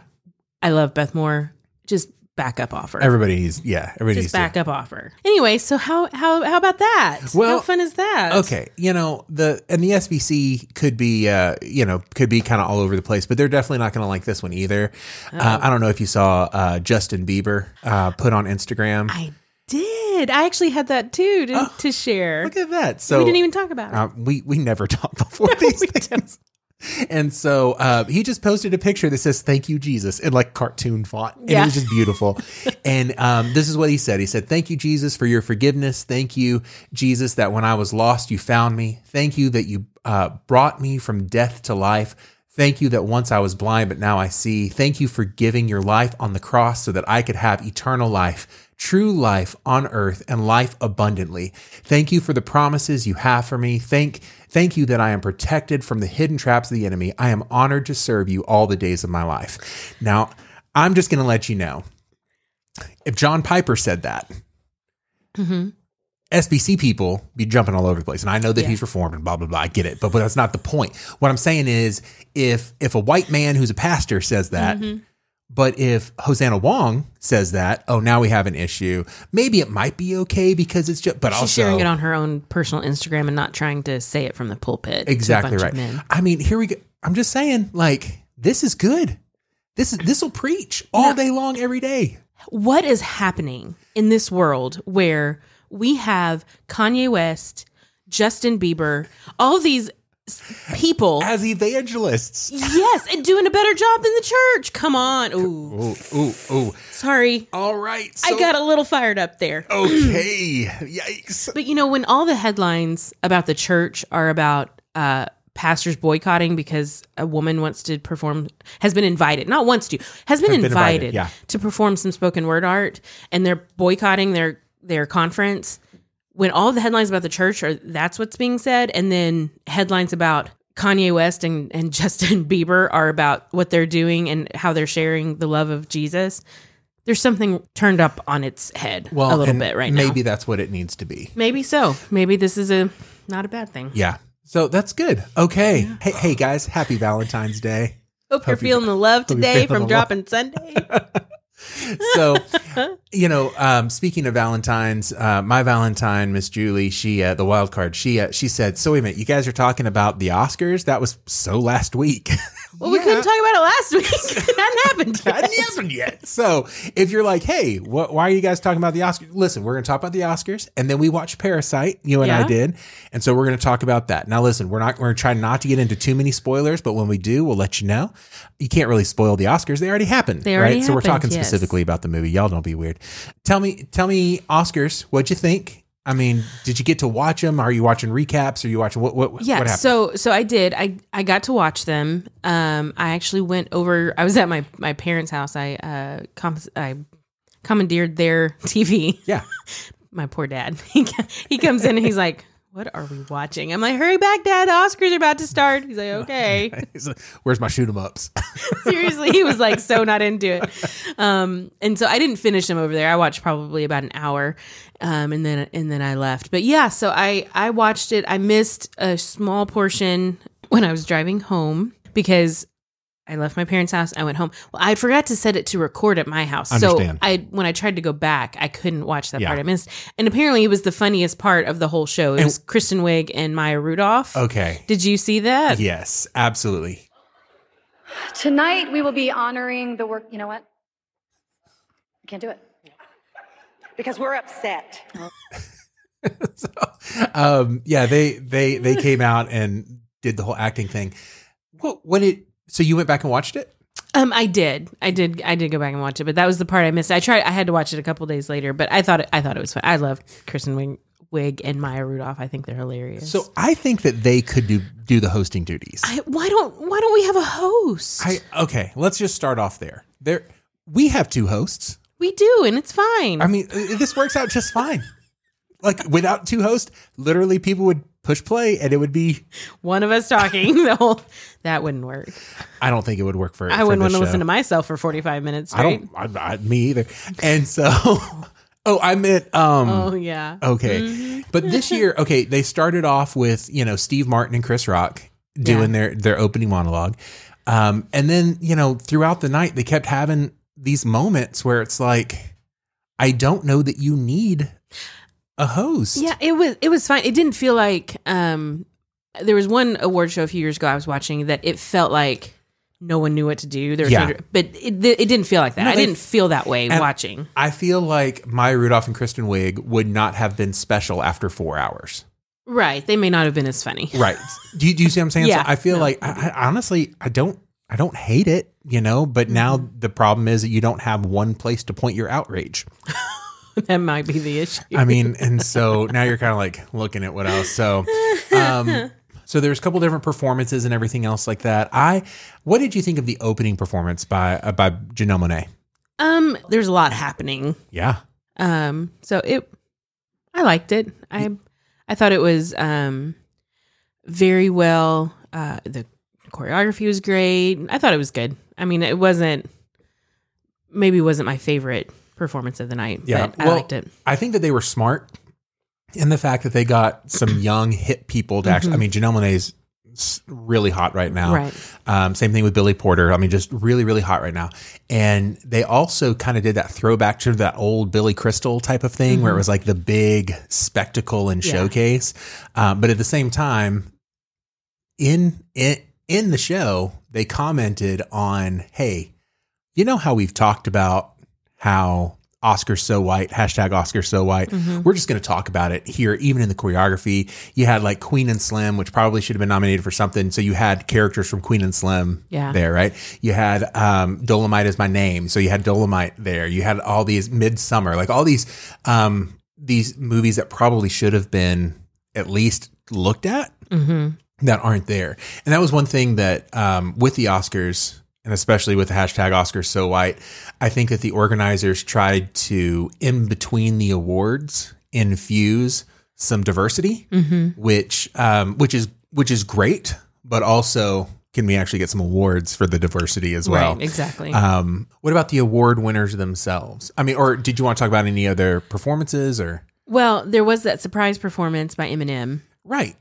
Speaker 1: I love Beth Moore. Just back up offer.
Speaker 2: Everybody needs yeah, everybody needs
Speaker 1: just
Speaker 2: to-
Speaker 1: back up offer. Anyway, so how, how, how about that?
Speaker 2: Well,
Speaker 1: how fun is that?
Speaker 2: Okay, you know the and the SBC could be uh you know could be kind of all over the place, but they're definitely not going to like this one either. Uh, I don't know if you saw uh, Justin Bieber uh, put on Instagram.
Speaker 1: I did. did. I actually had that too to, to share.
Speaker 2: Oh, Look at that. So
Speaker 1: we didn't even talk about it.
Speaker 2: Uh, we we never talk before these things. And so uh, he just posted a picture that says "Thank you, Jesus" in like cartoon font, and it
Speaker 1: Yeah.
Speaker 2: was just beautiful. and um, this is what he said: He said, "Thank you, Jesus, for your forgiveness. Thank you, Jesus, that when I was lost, you found me. Thank you that you uh, brought me from death to life. Thank you that once I was blind, but now I see. Thank you for giving your life on the cross so that I could have eternal life." true life on earth and life abundantly. Thank you for the promises you have for me. Thank thank you that I am protected from the hidden traps of the enemy. I am honored to serve you all the days of my life. Now, I'm just going to let you know. If John Piper said that,
Speaker 1: Mm-hmm.
Speaker 2: SBC people be jumping all over the place. And I know that he's reformed and blah, blah, blah. I get it. But, but that's not the point. What I'm saying is if if a white man who's a pastor says that,
Speaker 1: Mm-hmm.
Speaker 2: but if Hosanna Wong says that, oh, now we have an issue. Maybe it might be okay because it's just, but
Speaker 1: She's
Speaker 2: also
Speaker 1: sharing it on her own personal Instagram and not trying to say it from the pulpit. to a
Speaker 2: exactly
Speaker 1: bunch of
Speaker 2: right.
Speaker 1: men.
Speaker 2: I mean, here we go. I'm just saying, like this is good. This is this will preach all day long, every day.
Speaker 1: What is happening in this world where we have Kanye West, Justin Bieber, all these s- people?
Speaker 2: as evangelists.
Speaker 1: yes, and doing a better job than the church. Come on. Ooh,
Speaker 2: Ooh, ooh, ooh.
Speaker 1: sorry.
Speaker 2: All right.
Speaker 1: I got a little fired up there.
Speaker 2: Okay. Yikes.
Speaker 1: But you know, when all the headlines about the church are about uh, pastors boycotting because a woman wants to perform, has been invited, not wants to, has been,
Speaker 2: Has been
Speaker 1: invited,
Speaker 2: invited, yeah.
Speaker 1: to perform some spoken word art, and they're boycotting their their conference. When all the headlines about the church are that's what's being said, and then headlines about Kanye West and, and Justin Bieber are about what they're doing and how they're sharing the love of Jesus. There's something turned up on its head a little
Speaker 2: and
Speaker 1: bit right now.
Speaker 2: Maybe that's what it needs to be.
Speaker 1: Maybe so. Maybe this is a not a bad thing.
Speaker 2: Yeah. So that's good. Okay. Hey, hey guys, happy Valentine's Day.
Speaker 1: Hope, you're
Speaker 2: Hope you-
Speaker 1: feeling the love
Speaker 2: you're
Speaker 1: today
Speaker 2: feeling
Speaker 1: from
Speaker 2: the love.
Speaker 1: dropping Sunday.
Speaker 2: So, you know, um, speaking of Valentine's, uh, my Valentine, Miss Julie, she uh, the wild card. She uh, she said, "So wait a minute, you guys are talking about the Oscars? That was so last week."
Speaker 1: Well, we couldn't talk about it last week. that happened.
Speaker 2: That
Speaker 1: yet.
Speaker 2: hasn't happened yet. So if you're like, hey, what, why are you guys talking about the Oscars? Listen, we're going to talk about the Oscars, and then we watched Parasite. You and I
Speaker 1: Yeah.
Speaker 2: did, and so we're going to talk about that. Now, listen, we're not we're trying not to get into too many spoilers, but when we do, we'll let you know. You can't really spoil the Oscars; they already happened,
Speaker 1: They already
Speaker 2: right? so we're
Speaker 1: happened,
Speaker 2: talking
Speaker 1: yes.
Speaker 2: specifically about the movie. Y'all don't be weird. Tell me, tell me, Oscars, what'd you think? I mean, did you get to watch them? Are you watching recaps? Are you watching what? What?
Speaker 1: Yeah.
Speaker 2: what happened?
Speaker 1: so so I did. I I got to watch them. Um, I actually went over. I was at my my parents' house. I uh, comp- I commandeered their TV.
Speaker 2: yeah,
Speaker 1: my poor dad. He, co- he comes in and he's like, "What are we watching?" I'm like, "Hurry back, Dad! The Oscars are about to start." He's like, "Okay."
Speaker 2: where's my shoot 'em ups?
Speaker 1: Seriously, he was like so not into it. Um, and so I didn't finish him over there. I watched probably about an hour, um, and then and then I left. But yeah, so I I watched it. I missed a small portion when I was driving home because. I left my parents' house. I went home. Well, I forgot to set it to record at my house, so
Speaker 2: Understand.
Speaker 1: I when I tried to go back, I couldn't watch that
Speaker 2: Yeah.
Speaker 1: part. I missed, and apparently it was the funniest part of the whole show. It was Kristen Wiig and Maya Rudolph.
Speaker 2: Okay.
Speaker 1: did you see that?
Speaker 2: Yes, absolutely.
Speaker 7: Tonight, we will be honoring the work. You know what? I can't do it.
Speaker 8: Because we're upset.
Speaker 2: um yeah they they they came out and did the whole acting thing what what it so you went back and watched it
Speaker 1: Um, I did, I did, I did go back and watch it, but that was the part I missed. I tried, I had to watch it a couple days later, but I thought, it, I thought it was fun. I love Kristen Wiig, Wiig and Maya Rudolph. I think they're hilarious.
Speaker 2: so i think that they could do do the hosting duties
Speaker 1: I, why don't why don't we have a host?
Speaker 2: I okay let's just start off there there we have two hosts
Speaker 1: we do, and it's fine.
Speaker 2: i mean i- this works out just fine like without two hosts literally people would push play and it would be
Speaker 1: One of us talking, the whole that wouldn't work.
Speaker 2: i don't think it would work for
Speaker 1: I wouldn't want to listen to myself for forty five minutes
Speaker 2: i
Speaker 1: straight.
Speaker 2: don't I, I, me either and so oh i meant um
Speaker 1: Oh yeah,
Speaker 2: Okay.
Speaker 1: Mm-hmm.
Speaker 2: But this year, okay, they started off with, you know, Steve Martin and Chris Rock doing their their opening monologue. Um and then, you know, throughout the night they kept having these moments where it's like I don't know that you need a host.
Speaker 1: Yeah, it was it was fine. It didn't feel like um there was one award show a few years ago I was watching that it felt like no one knew what to do. There was
Speaker 2: Yeah.
Speaker 1: no, but it, it didn't feel like that. I
Speaker 2: they-
Speaker 1: didn't feel that way
Speaker 2: And
Speaker 1: watching.
Speaker 2: I feel like Maya Rudolph and Kristen Wiig would not have been special after four hours.
Speaker 1: Right. They may not have been as funny.
Speaker 2: Right. Do you, do you see what I'm saying?
Speaker 1: Yeah.
Speaker 2: So I feel like I, I honestly I don't I don't hate it, you know, but now
Speaker 1: Mm-hmm.
Speaker 2: the problem is that you don't have one place to point your outrage.
Speaker 1: that might be the issue.
Speaker 2: I mean, and so now you're kind of like looking at what else. So, um, so there's a couple different performances and everything else like that. I, what did you think of the opening performance by uh, by Janelle Monae?
Speaker 1: Um, there's a lot happening.
Speaker 2: Yeah,
Speaker 1: Um, so it, I liked it. I, I thought it was um, very well. Uh, the choreography was great. I thought it was good. I mean, it wasn't maybe wasn't my favorite performance of the night.
Speaker 2: yeah.
Speaker 1: but I
Speaker 2: Well,
Speaker 1: liked it.
Speaker 2: I think that they were smart in the fact that they got some young hit people to actually. I mean, Janelle Monae's s- really hot right now.
Speaker 1: Mm-hmm. Right.
Speaker 2: Um, same thing with Billy Porter. I mean, just really, really hot right now. And they also kind of did that throwback to that old Billy Crystal type of thing where it was like the big spectacle and
Speaker 1: Yeah.
Speaker 2: showcase. Um, but at the same time, in, in in the show, they commented on, "Hey, you know how we've talked about how." Oscar so white, hashtag Oscar so white. We're just going to talk about it here, even in the choreography. You had like Queen and Slim, which probably should have been nominated for something. So you had characters from Queen and Slim
Speaker 1: Yeah.
Speaker 2: there, right? You had um, Dolomite is my name. So you had Dolomite there. You had all these Midsummer, like all these um, these movies that probably should have been at least looked at
Speaker 1: Mm-hmm.
Speaker 2: that aren't there. And that was one thing that um, with the Oscars, and especially with the hashtag Oscars so white, I think that the organizers tried to, in between the awards, infuse some diversity, which um, which is which is great, but also can we actually get some awards for the diversity as well?
Speaker 1: right. Exactly.
Speaker 2: Um, what about the award winners themselves? I mean, or did you want to talk about any other performances or?
Speaker 1: well, there was that surprise performance by Eminem.
Speaker 2: Right.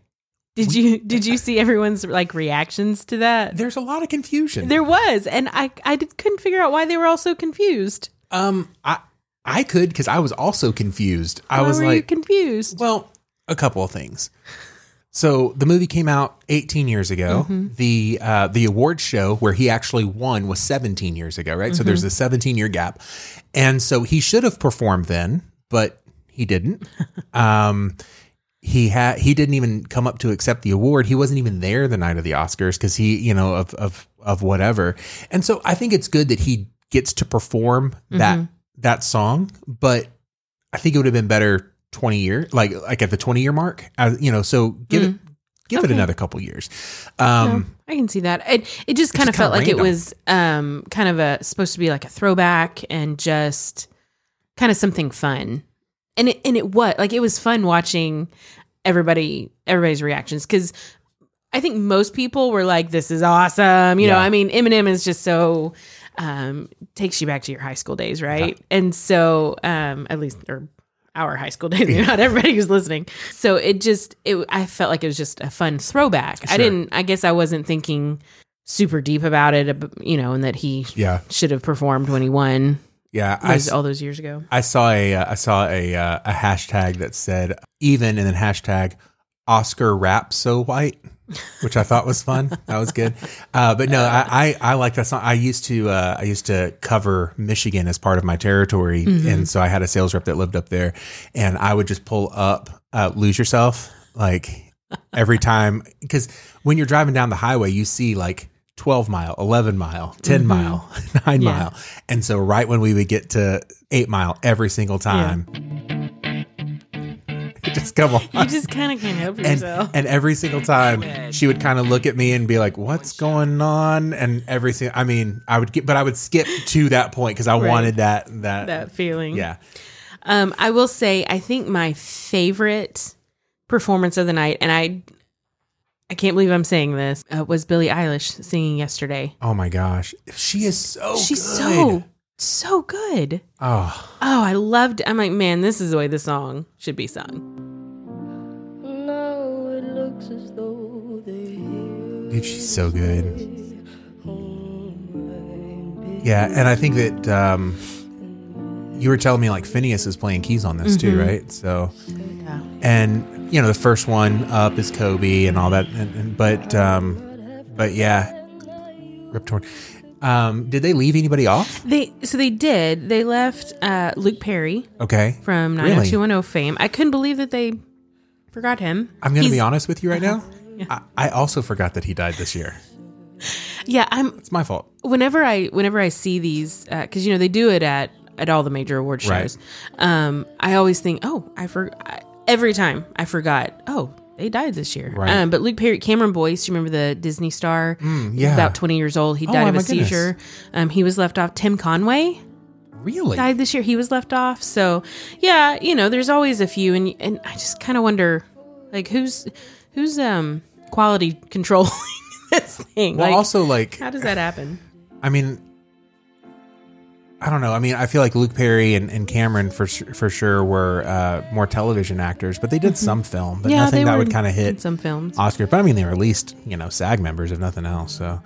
Speaker 1: Did you did you see everyone's like reactions to that?
Speaker 2: There's a lot of confusion.
Speaker 1: There was, and I I did, couldn't figure out why they were all so confused.
Speaker 2: Um, I I could because I was also confused. I
Speaker 1: Why
Speaker 2: was
Speaker 1: were you
Speaker 2: like,
Speaker 1: confused?
Speaker 2: well, a couple of things. So the movie came out 18 years ago. The uh, the award show where he actually won was 17 years ago, right? So there's a 17 year gap, and so he should have performed then, but he didn't. um, he had he didn't even come up to accept the award. He wasn't even there the night of the Oscars because he, you know, of of of whatever. And so I think it's good that he gets to perform that that song, but I think it would have been better twenty year, like like at the twenty year mark. Uh, you know, so give it give it another couple years. Um,
Speaker 1: I can see that. It it just kind of
Speaker 2: just
Speaker 1: felt
Speaker 2: kinda
Speaker 1: like it
Speaker 2: random.
Speaker 1: was um kind of a supposed to be like a throwback and just kind of something fun. And it and it was like it was fun watching everybody everybody's reactions cuz I think most people were like this is awesome. You know,
Speaker 2: Yeah.
Speaker 1: I mean Eminem is just so um takes you back to your high school days, right? And so um at least or our high school days, not everybody who's listening. So it just it I felt like it was just a fun throwback. I
Speaker 2: Sure.
Speaker 1: didn't I guess I wasn't thinking super deep about it, ab- you know, and that he
Speaker 2: Yeah.
Speaker 1: should have performed when he won
Speaker 2: yeah, I,
Speaker 1: those,
Speaker 2: s-
Speaker 1: all those years ago.
Speaker 2: I saw a uh, I saw a uh, a hashtag that said even and then hashtag Oscar rap so white, which I thought was fun. that was good. Uh, but no, I, I I like that song. I used to uh, I used to cover Michigan as part of my territory, and so I had a sales rep that lived up there, and I would just pull up uh, "Lose Yourself" like every time because when you're driving down the highway, you see like. 12 mile, 11 mile, 10 mile, 9
Speaker 1: Yeah.
Speaker 2: mile. And so, right when we would get to 8 mile every single time, just come on
Speaker 1: You just kind of can't help
Speaker 2: and,
Speaker 1: yourself.
Speaker 2: and every single time she would kind of look at me and be like what's going on and every single i mean i would get but i would skip to that point because i wanted that that,
Speaker 1: that feeling.
Speaker 2: yeah
Speaker 1: Um, I will say, I think my favorite performance of the night, and I, I can't believe I'm saying this, uh, was Billie Eilish singing yesterday.
Speaker 2: oh my gosh she is so
Speaker 1: She's
Speaker 2: Oh, good.
Speaker 1: so so good.
Speaker 2: oh
Speaker 1: Oh, I loved. I'm like, man, this is the way the song should be sung.
Speaker 9: No, it looks as though they hear
Speaker 2: dude she's so good
Speaker 9: me home and be-
Speaker 2: yeah and i think that um you were telling me like phineas is playing keys on this too right so
Speaker 1: Mm-hmm. Yeah.
Speaker 2: and you know the first one up is kobe and all that and, and, but um but yeah Riptorn. Um, did they leave anybody off?
Speaker 1: They so they did. They left uh, Luke Perry
Speaker 2: Okay.
Speaker 1: from
Speaker 2: Really?
Speaker 1: 90210 fame. I couldn't believe that they forgot him.
Speaker 2: I'm going to be
Speaker 1: He's- Uh-huh.
Speaker 2: honest with you right now. I, I also forgot that he died this year.
Speaker 1: Yeah, I'm
Speaker 2: It's my fault.
Speaker 1: whenever I whenever I see these because you know they do it at at all the major award
Speaker 2: Right.
Speaker 1: shows. Um, I always think, oh, I forgot. Every time I forgot. Oh, they died this year.
Speaker 2: Right.
Speaker 1: Um, but Luke Perry, Cameron Boyce, you remember the Disney star? He's
Speaker 2: Mm, yeah.
Speaker 1: about 20 years old. He
Speaker 2: Oh,
Speaker 1: died of
Speaker 2: my
Speaker 1: a
Speaker 2: goodness.
Speaker 1: seizure. Um, he was left off. Tim Conway
Speaker 2: Really?
Speaker 1: died this year. He was left off. So yeah, you know, there's always a few, and and I just kind of wonder, like, who's who's um quality controlling this thing?
Speaker 2: well,
Speaker 1: like,
Speaker 2: also, like,
Speaker 1: how does that happen?
Speaker 2: I mean, I don't know. I mean, I feel like Luke Perry and, and Cameron for su- for sure were uh, more television actors, but they
Speaker 1: Mm-hmm.
Speaker 2: did some film, but nothing that would kind of
Speaker 1: in
Speaker 2: hit
Speaker 1: some films.
Speaker 2: Oscar. But I mean, they were at least you know SAG members, if nothing else. So,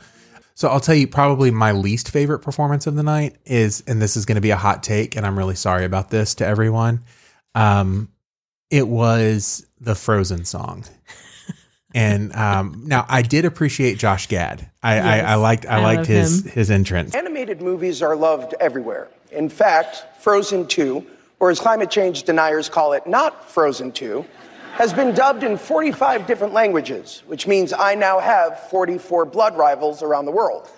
Speaker 2: so I'll tell you, probably my least favorite performance of the night is, and this is going to be a hot take, and I'm really sorry about this to everyone. Um, it was the Frozen song. And um, now I did appreciate Josh Gad. I,
Speaker 1: Yes,
Speaker 2: I, I liked I,
Speaker 1: I
Speaker 2: liked
Speaker 1: love
Speaker 2: his
Speaker 1: him.
Speaker 2: his entrance.
Speaker 5: Animated movies are loved everywhere. In fact, Frozen 2, or as climate change deniers call it, not Frozen 2, has been dubbed in 45 different languages, which means I now have 44 blood rivals around the world.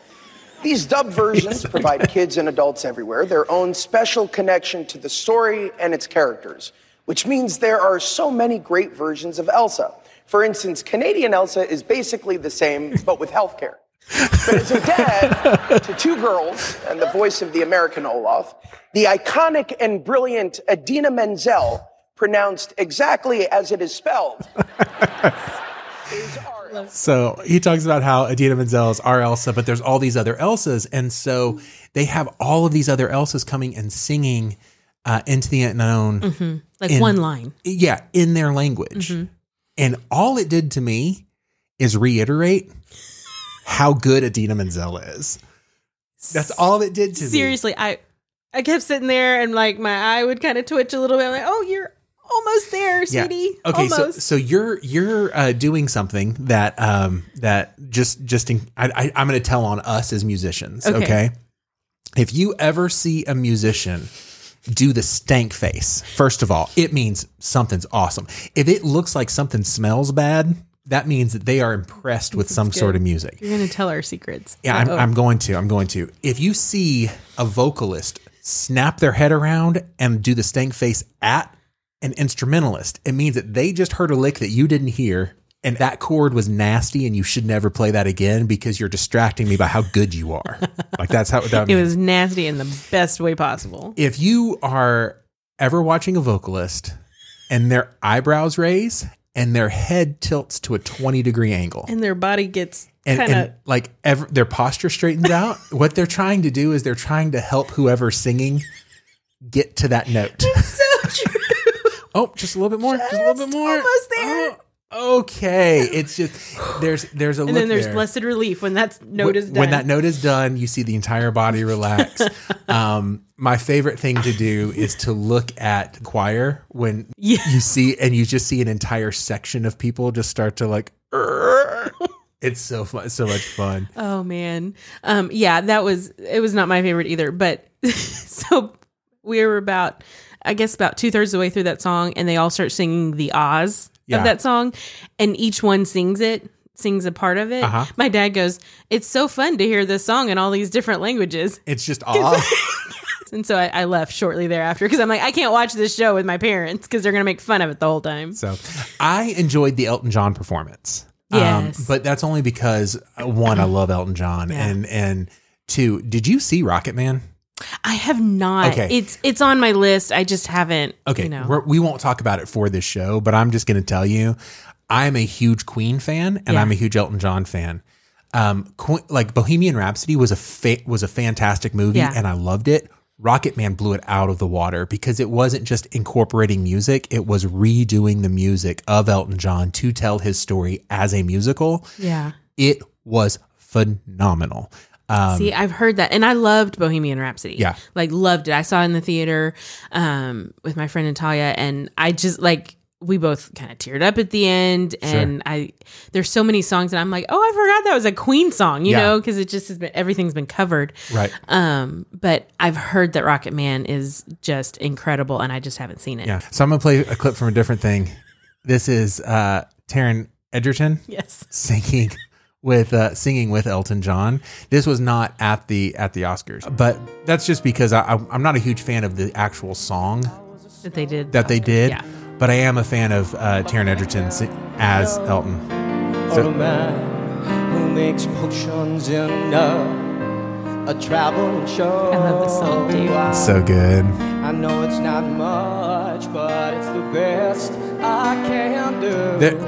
Speaker 5: These dub versions provide kids and adults everywhere their own special connection to the story and its characters, which means there are so many great versions of Elsa. For instance, Canadian Elsa is basically the same, but with healthcare. But as a dad to two girls and the voice of the American Olaf, the iconic and brilliant Adina Menzel, pronounced exactly as it is spelled, is our
Speaker 2: So he talks about how Adina Menzel is our Elsa, but there's all these other Elsas, and so they have all of these other Elsas coming and singing uh, into the unknown.
Speaker 1: Mm-hmm. Like
Speaker 2: in-
Speaker 1: one line.
Speaker 2: yeah, in their language. And all it did to me is reiterate how good Adina Menzel is. That's all it did to
Speaker 1: Seriously, I I kept sitting there and like my eye would kind of twitch a little bit. I'm like, oh, you're almost there,
Speaker 2: me. Yeah.
Speaker 1: sweetie.
Speaker 2: Okay, so
Speaker 1: almost.
Speaker 2: so you're you're uh, doing something that um that just just in, I, I I'm going to tell on us as musicians.
Speaker 1: Okay.
Speaker 2: Okay. if you ever see a musician do the stank face, first of all, it means something's awesome. If it looks like something smells bad, that means that they are impressed with some sort of music.
Speaker 1: You're gonna tell our secrets.
Speaker 2: Yeah, I'm, I'm going to. I'm going to. If you see a vocalist snap their head around and do the stank face at an instrumentalist, it means that they just heard a lick that you didn't hear. And that chord was nasty, and you should never play that again because you're distracting me by how good you are. like that's how that
Speaker 1: It
Speaker 2: means.
Speaker 1: was nasty in the best way possible.
Speaker 2: if you are ever watching a vocalist and their eyebrows raise and their head tilts to a 20 degree angle
Speaker 1: And their body gets
Speaker 2: and,
Speaker 1: kind of
Speaker 2: and like ever, their posture straightens out, what they're trying to do is they're trying to help whoever's singing get to that note.
Speaker 1: so true.
Speaker 2: Oh, just a little bit more. Just, a little bit more.
Speaker 1: almost there.
Speaker 2: Oh, okay. It's just there's there's a
Speaker 1: And
Speaker 2: look
Speaker 1: then there's
Speaker 2: there.
Speaker 1: blessed relief when that's note
Speaker 2: Wh-
Speaker 1: is done.
Speaker 2: When that note is done, you see the entire body relax. um, my favorite thing to do is to look at choir when you see and you just see an entire section of people just start to like. "Urgh." It's so fun, so much fun.
Speaker 1: Oh man. Um yeah, that was it was not my favorite either. But so we were about I guess about two thirds of the way through that song and they all start singing the Oz
Speaker 2: Yeah.
Speaker 1: of that song and each one sings it, sings a part of it.
Speaker 2: Uh-huh.
Speaker 1: My dad goes, It's so fun to hear this song in all these different languages.
Speaker 2: It's just awe.
Speaker 1: And so I, I left shortly thereafter because I'm like, I can't watch this show with my parents because they're gonna make fun of it the whole time.
Speaker 2: So I enjoyed the Elton John performance. Um,
Speaker 1: Yes.
Speaker 2: but that's only because uh, one, I love Elton John,
Speaker 1: Yeah.
Speaker 2: and and two, did you see Rocket Man?
Speaker 1: I have not.
Speaker 2: Okay.
Speaker 1: It's it's on my list. I just haven't
Speaker 2: Okay,
Speaker 1: you know.
Speaker 2: we're- we won't talk about it for this show, but I'm just going to tell you, I'm a huge Queen fan, and
Speaker 1: Yeah.
Speaker 2: I'm a huge Elton John fan. Um, Queen, like Bohemian Rhapsody was a fa- was a fantastic movie,
Speaker 1: Yeah.
Speaker 2: and I loved it. Rocket Man blew it out of the water because it wasn't just incorporating music; it was redoing the music of Elton John to tell his story as a musical.
Speaker 1: yeah.
Speaker 2: It was phenomenal. Um,
Speaker 1: See, I've heard that, and I loved Bohemian Rhapsody.
Speaker 2: Yeah.
Speaker 1: like loved it. I saw it in the theater um, with my friend Natalia, and I just like we both kind of teared up at the end and i there's so many songs and i'm like oh i forgot that was a queen song you
Speaker 2: Yeah.
Speaker 1: know because it just has been everything's been covered
Speaker 2: Right.
Speaker 1: um but i've heard that rocket man is just incredible and i just haven't seen it
Speaker 2: Yeah. So I'm gonna play a clip from a different thing. This is uh Taryn Edgerton
Speaker 1: yes
Speaker 2: singing with uh singing with Elton John. This was not at the at the Oscars, but that's just because I, I- I'm not a huge fan of the actual song
Speaker 1: that they did
Speaker 2: that they did.
Speaker 1: yeah
Speaker 2: But I am a fan of uh, Taryn Edgerton si- as Elton.
Speaker 10: or a man who makes potions in a, a traveling show.
Speaker 1: i love this song dude
Speaker 2: So good.
Speaker 10: I know it's not much, but it's the best I can do.
Speaker 2: There-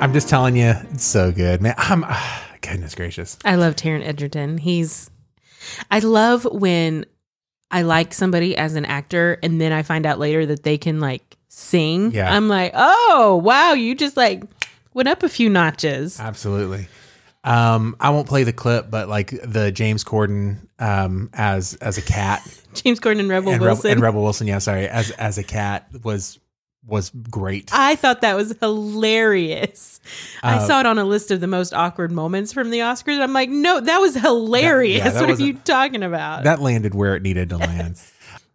Speaker 2: I'm just telling you, it's so good, man. I'm ah, goodness gracious.
Speaker 1: I love Taryn Edgerton. He's I love when I like somebody as an actor and then I find out later that they can like sing.
Speaker 2: Yeah.
Speaker 1: I'm like, oh wow, you just like went up a few notches.
Speaker 2: Uh, Absolutely. Um, I won't play the clip, but like the James Corden um, as as a cat
Speaker 1: James Corden and Rebel
Speaker 2: and, Rebel-
Speaker 1: Wilson.
Speaker 2: and Rebel Wilson, yeah, sorry, as as a cat was was great.
Speaker 1: I thought that was hilarious.
Speaker 2: Uh,
Speaker 1: I saw it on a list of the most awkward moments from the Oscars. I'm like, no, that was hilarious.
Speaker 2: that
Speaker 1: what are
Speaker 2: wasn't-
Speaker 1: you talking about?
Speaker 2: that landed where it needed to land.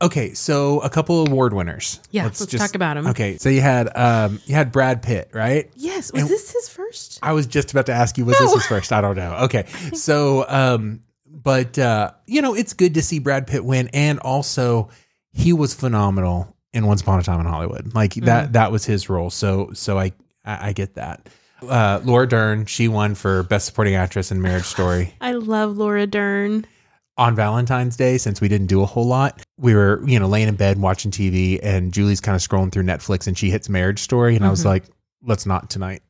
Speaker 2: Okay, so a couple award winners.
Speaker 1: Yeah, let's talk about 'em.
Speaker 2: Okay, so you had um you had Brad Pitt, right?
Speaker 1: yes. Was
Speaker 2: and-
Speaker 1: this his first?
Speaker 2: I was just about to ask you, was this his first? I don't know. Okay. So, um, but, uh, you know, it's good to see Brad Pitt win. And also, he was phenomenal in Once Upon a Time in Hollywood. Like that, that was his role. So, so I, I, I get that. Uh, Laura Dern, she won for Best Supporting Actress in Marriage Story
Speaker 1: I love Laura Dern.
Speaker 2: on Valentine's Day, since we didn't do a whole lot, we were, you know, laying in bed watching TV and Julie's kind of scrolling through Netflix and she hits Marriage Story. And I was like, let's not tonight.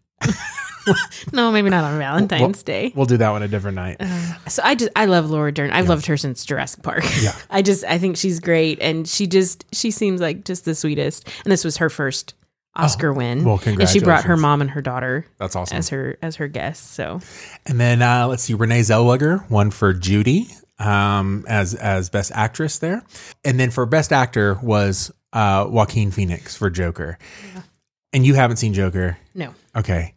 Speaker 1: No, maybe not on Valentine's Day.
Speaker 2: We'll do that one a different night.
Speaker 1: So I just I love Laura Dern. I've loved her since Jurassic Park.
Speaker 2: Yeah.
Speaker 1: I just I think she's great and she just she seems like just the sweetest. And this was her first Oscar win.
Speaker 2: Oh, well,
Speaker 1: And she brought her
Speaker 2: congratulations.
Speaker 1: mom and her daughter
Speaker 2: That's awesome.
Speaker 1: as her as her guests. So
Speaker 2: And then uh, let's see, Renee Zellweger won for Judy um, as as best actress there, and then for best actor was uh, Joaquin Phoenix for Joker. And you haven't seen Joker,
Speaker 1: no.
Speaker 2: okay?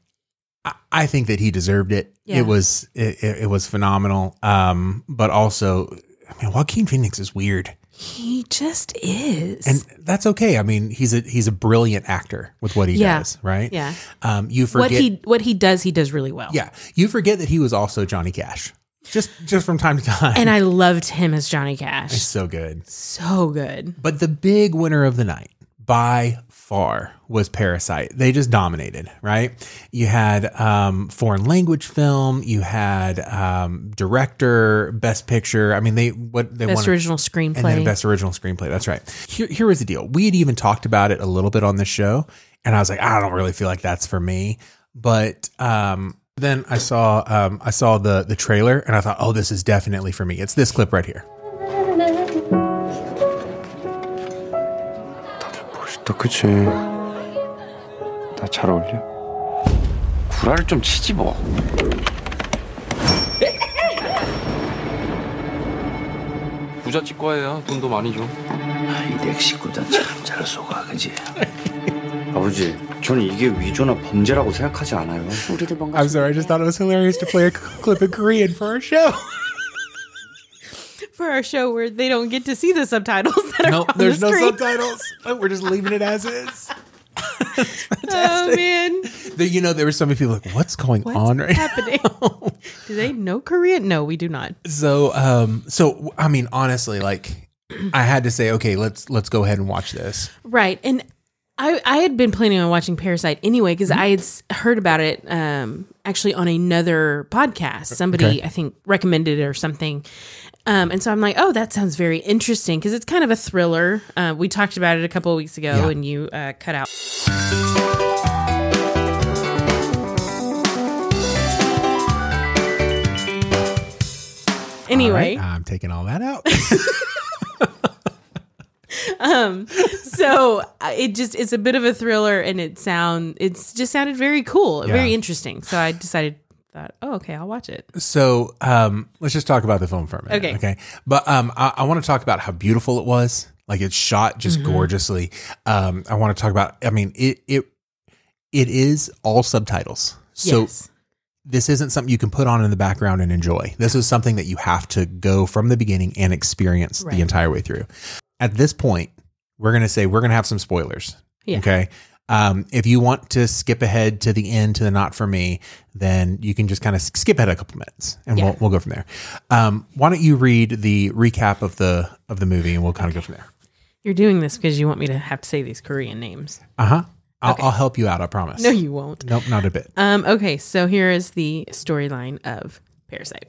Speaker 2: I, I think that he deserved it.
Speaker 1: Yeah.
Speaker 2: It was it, it, it was phenomenal, um, but also, I mean, Joaquin Phoenix is weird,
Speaker 1: He just is.
Speaker 2: and that's okay. I mean, he's a he's a brilliant actor with what he
Speaker 1: Yeah.
Speaker 2: does, right?
Speaker 1: Yeah.
Speaker 2: Um, you
Speaker 1: what
Speaker 2: forget
Speaker 1: he what he does, he does really well.
Speaker 2: yeah, you forget that he was also Johnny Cash. Just just from time to time.
Speaker 1: And I loved him as Johnny Cash.
Speaker 2: so good.
Speaker 1: So good.
Speaker 2: But the big winner of the night by far was Parasite. They just dominated, right? You had um, foreign language film, you had um, director, best picture. I mean, they what they
Speaker 1: Best
Speaker 2: wanted.
Speaker 1: original
Speaker 2: and then
Speaker 1: screenplay.
Speaker 2: best original screenplay. That's right. Here, here was the deal. We had even talked about it a little bit on the show, and I was like, I don't really feel like that's for me. But um, then I saw um, I saw the the trailer, and I thought, oh, this is definitely for me. It's this clip right here.
Speaker 11: 멋있다 그치 나 잘 어울려? 구라를 좀 치지 뭐 부자 치과에야 돈도 많이 아, 줘이 넥시구단 참잘 속아 그지? 아버지 저는 이게 위조나 범죄라고 생각하지 않아요
Speaker 9: 우리도 뭔가
Speaker 2: I'm sorry, I just thought it was hilarious to play a clip in Korean for our show.
Speaker 1: For our show where they don't get to see the subtitles that are
Speaker 2: No,
Speaker 1: on
Speaker 2: there's
Speaker 1: the
Speaker 2: no
Speaker 1: screen.
Speaker 2: subtitles. Oh, We're just leaving it as is.
Speaker 1: oh man.
Speaker 2: There- you know, there were so many people like, what's going on right now?
Speaker 1: happening? Do they know Korean? No, we do not.
Speaker 2: So, um, so I mean, honestly, like, I had to say, okay, let's let's go ahead and watch this.
Speaker 1: Right. And I, I had been planning on watching Parasite anyway because I had s- heard about it um, actually on another podcast. Somebody, I think, recommended it or something. Um, and so I'm like, oh, that sounds very interesting because it's kind of a thriller. Uh, we talked about it a couple of weeks ago
Speaker 2: Yeah.
Speaker 1: and you uh, cut out. Anyway,
Speaker 2: All right, I'm taking all that out.
Speaker 1: so I- it just it's a bit of a thriller and it sound it's just sounded very cool very
Speaker 2: Yeah.
Speaker 1: interesting so i decided thought oh okay i'll watch it
Speaker 2: so, um, let's just talk about the film for a minute,
Speaker 1: Okay.
Speaker 2: okay? But um, I, I want to talk about how beautiful it was. Like it's shot just
Speaker 1: Mhm.
Speaker 2: gorgeously. Um, I want to talk about. I mean, it it it is all subtitles. So
Speaker 1: Yes.
Speaker 2: this isn't something you can put on in the background and enjoy. This is something that you have to go from the beginning and experience
Speaker 1: Right.
Speaker 2: the entire way through. At this point, we're going to say we're going to have some spoilers.
Speaker 1: Yeah.
Speaker 2: Okay. Um, if you want to skip ahead to the end to the not for me, then you can just kind of skip ahead a couple minutes and
Speaker 1: Yeah.
Speaker 2: we'll, we'll go from there. Um, why don't you read the recap of the of the movie and we'll kind of go from there.
Speaker 1: You're doing this because you want me to have to say these Korean names.
Speaker 2: Uh huh. I'll, I'll help you out. I promise.
Speaker 1: No, you won't.
Speaker 2: Nope, not a bit.
Speaker 1: Um, okay, so here is the storyline of Parasite.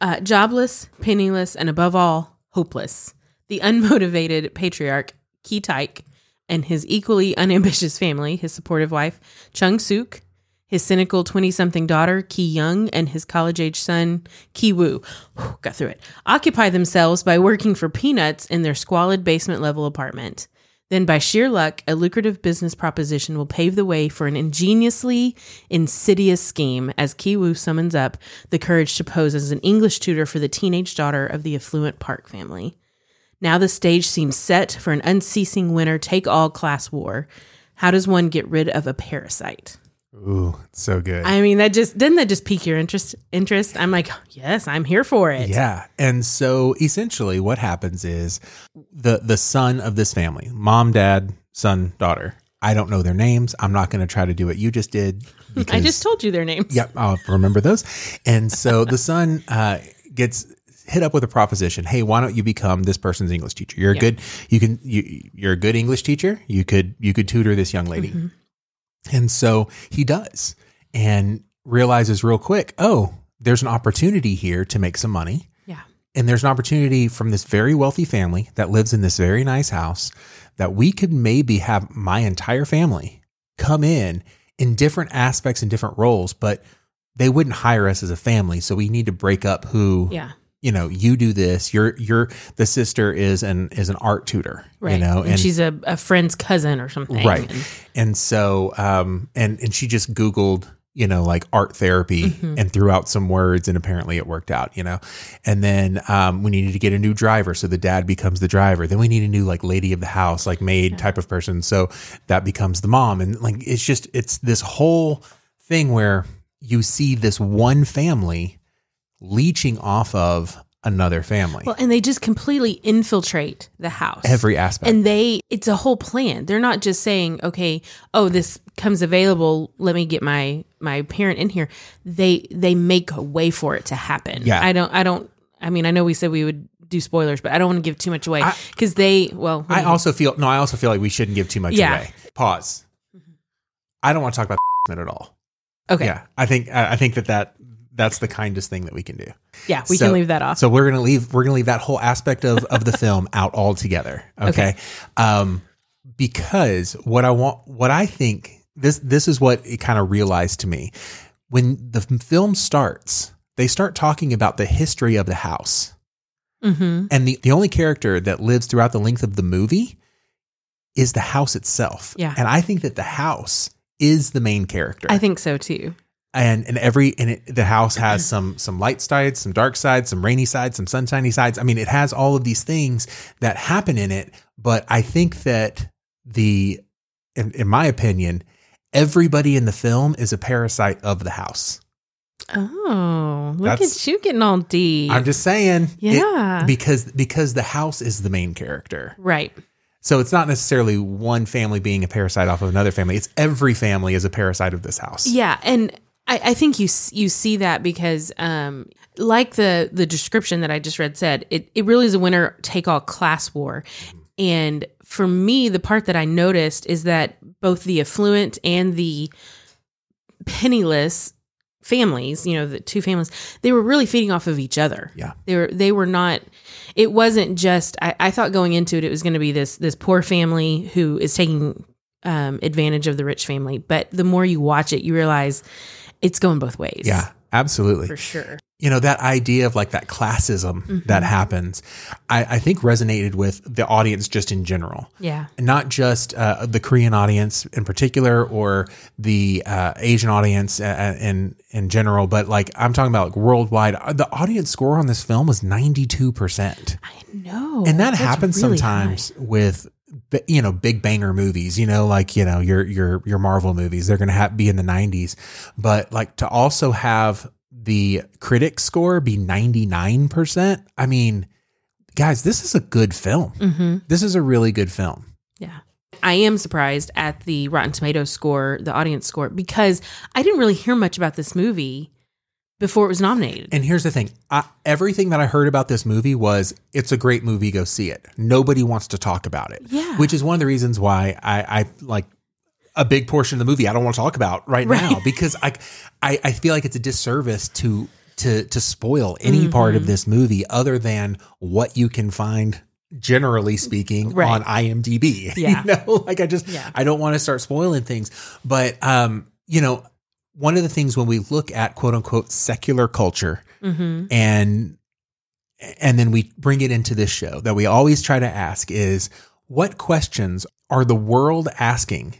Speaker 1: Uh, jobless, penniless, and above all, hopeless. The unmotivated patriarch, Ki Taik, and his equally unambitious family, his supportive wife, Chung Suk, his cynical 20 something daughter, Ki Young, and his college age son, Ki Woo, Whew, got through it, occupy themselves by working for peanuts in their squalid basement level apartment. Then, by sheer luck, a lucrative business proposition will pave the way for an ingeniously insidious scheme as Kiwoo summons up the courage to pose as an English tutor for the teenage daughter of the affluent Park family. Now the stage seems set for an unceasing winner take all class war. How does one get rid of a parasite?
Speaker 2: Ooh, it's so good.
Speaker 1: I mean, that just didn't that just pique your interest? Interest? I'm like, yes, I'm here for it.
Speaker 2: Yeah. And so essentially what happens is the the son of this family, mom, dad, son, daughter. I don't know their names. I'm not going to try to do what you just did.
Speaker 1: I just told you their names.
Speaker 2: Yep, I'll remember those. And so the son uh, gets hit up with a proposition. Hey, why don't you become this person's English teacher? You're a
Speaker 1: Yeah.
Speaker 2: good. You can. You, you're a good English teacher. You could. You could tutor this young lady.
Speaker 1: Mhm.
Speaker 2: And so he does, and realizes real quick. Oh, there's an opportunity here to make some money.
Speaker 1: Yeah.
Speaker 2: And there's an opportunity from this very wealthy family that lives in this very nice house that we could maybe have my entire family come in in different aspects and different roles, but they wouldn't hire us as a family. So we need to break up who,
Speaker 1: Yeah.
Speaker 2: you know, you do this. Your your the sister is an is an art tutor,
Speaker 1: Right.
Speaker 2: you know,
Speaker 1: and, she's a, a friend's cousin or something.
Speaker 2: right.
Speaker 1: And-
Speaker 2: And so, um, and and she just Googled, you know, like art therapy
Speaker 1: Mhm.
Speaker 2: and threw out some words, and apparently it worked out, you know. And then um, we needed to get a new driver, so the dad becomes the driver. Then we need a new like lady of the house, like maid type of person, so that becomes the mom. And like it's just it's this whole thing where you see this one family leeching off of another family.
Speaker 1: Well, and they just completely infiltrate the house.
Speaker 2: Every aspect.
Speaker 1: And they, it's a whole plan. They're not just saying, okay, oh, this comes available. Let me get my my parent in here. They they make a way for it to happen.
Speaker 2: Yeah.
Speaker 1: I don't. I don't. I mean, I know we said we would do spoilers, but I don't want to give too much away
Speaker 2: I-
Speaker 1: because they. Well,
Speaker 2: I also feel no. I also feel like we shouldn't give too much
Speaker 1: Mm-hmm. Yeah. Mm-hmm.
Speaker 2: away. Pause. I don't want to talk about it at all.
Speaker 1: okay. Yeah,
Speaker 2: Yeah, I think I I think that that that's the kindest thing that we can do.
Speaker 1: we
Speaker 2: So-
Speaker 1: can leave that off.
Speaker 2: So we're gonna leave we're gonna leave that whole aspect of of the film out altogether. Okay, Um, because what I want, what I think this this is what it kind of realized to me when the f- film starts. They start talking about the history of the house,
Speaker 1: mm-hmm.
Speaker 2: and the the only character that lives throughout the length of the movie is the house itself.
Speaker 1: Yeah.
Speaker 2: and I think that the house is the main character
Speaker 1: I think so too.
Speaker 2: and and every and it, the house has some some light sides, some dark sides, some rainy sides, some sunshiny sides. I mean, it has all of these things that happen in it. But I think that the, in, in my opinion, everybody in the film is a parasite of the house.
Speaker 1: Oh, look
Speaker 2: That's-
Speaker 1: at you getting all deep.
Speaker 2: I'm just saying, it-
Speaker 1: Yeah.
Speaker 2: because because the house is the main character.
Speaker 1: right.
Speaker 2: So it's not necessarily one family being a parasite off of another family. It's every family is a parasite of this house.
Speaker 1: Yeah, and I, I think you s- you see that because um, like the the description that I just read said, it it really is a winner take all class war, and for me, the part that I noticed is that both the affluent and the penniless families, you know, the two families, they were really feeding off of each other.
Speaker 2: Yeah.
Speaker 1: They were they were not it wasn't just I, I thought going into it it was gonna be this this poor family who is taking um advantage of the rich family. But the more you watch it, you realize it's going both ways.
Speaker 2: Yeah. absolutely.
Speaker 1: for sure.
Speaker 2: you know that idea of like that classism
Speaker 1: Mhm.
Speaker 2: that happens I, I think resonated with the audience just in general
Speaker 1: Yeah.
Speaker 2: not just uh, the korean audience in particular or the uh, asian audience uh, in in general but like i'm talking about like worldwide Uh, the audience score on this film was 92%
Speaker 1: No.
Speaker 2: and that
Speaker 1: that's
Speaker 2: happens
Speaker 1: really
Speaker 2: sometimes with b- you know big banger movies you know like you know your your your marvel movies they're gonna have be in the 90s but like to also have the critic score be 99% i mean guys this is a good film
Speaker 1: high. Mhm.
Speaker 2: this is a really good film
Speaker 1: Yeah. I am surprised at the Rotten Tomatoes score, the audience score, because I didn't really hear much about this movie before it was nominated.
Speaker 2: and here's the thing I, everything that i heard about this movie was it's a great movie go see it nobody wants to talk about it
Speaker 1: Yeah.
Speaker 2: which is one of the reasons why I, I like a big portion of the movie I don't want to talk about right,
Speaker 1: Right.
Speaker 2: now because I, I I feel like it's a disservice to to to spoil any
Speaker 1: Mm-hmm.
Speaker 2: part of this movie other than what you can find generally speaking
Speaker 1: Right.
Speaker 2: on IMDb.
Speaker 1: Yeah.
Speaker 2: you know, like I just
Speaker 1: Yeah.
Speaker 2: I don't want to start spoiling things, but um, you know, one of the things when we look at quote unquote secular culture
Speaker 1: Mm-hmm.
Speaker 2: and and then we bring it into this show that we always try to ask is what questions are the world asking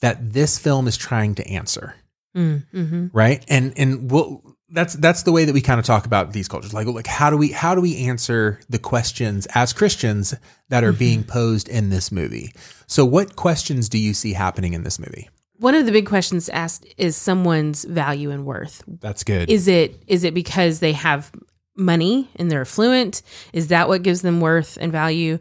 Speaker 2: that this film is trying to answer
Speaker 1: Mm-hmm.
Speaker 2: right and and we'll that's that's the way that we kind of talk about these cultures like like how do we how do we answer the questions as christians that are being posed in this movie so what questions do you see happening in this movie
Speaker 1: One of the big questions asked is someone's value and worth.
Speaker 2: that's good
Speaker 1: Is it is it because they have money and they're affluent? Is that what gives them worth and value?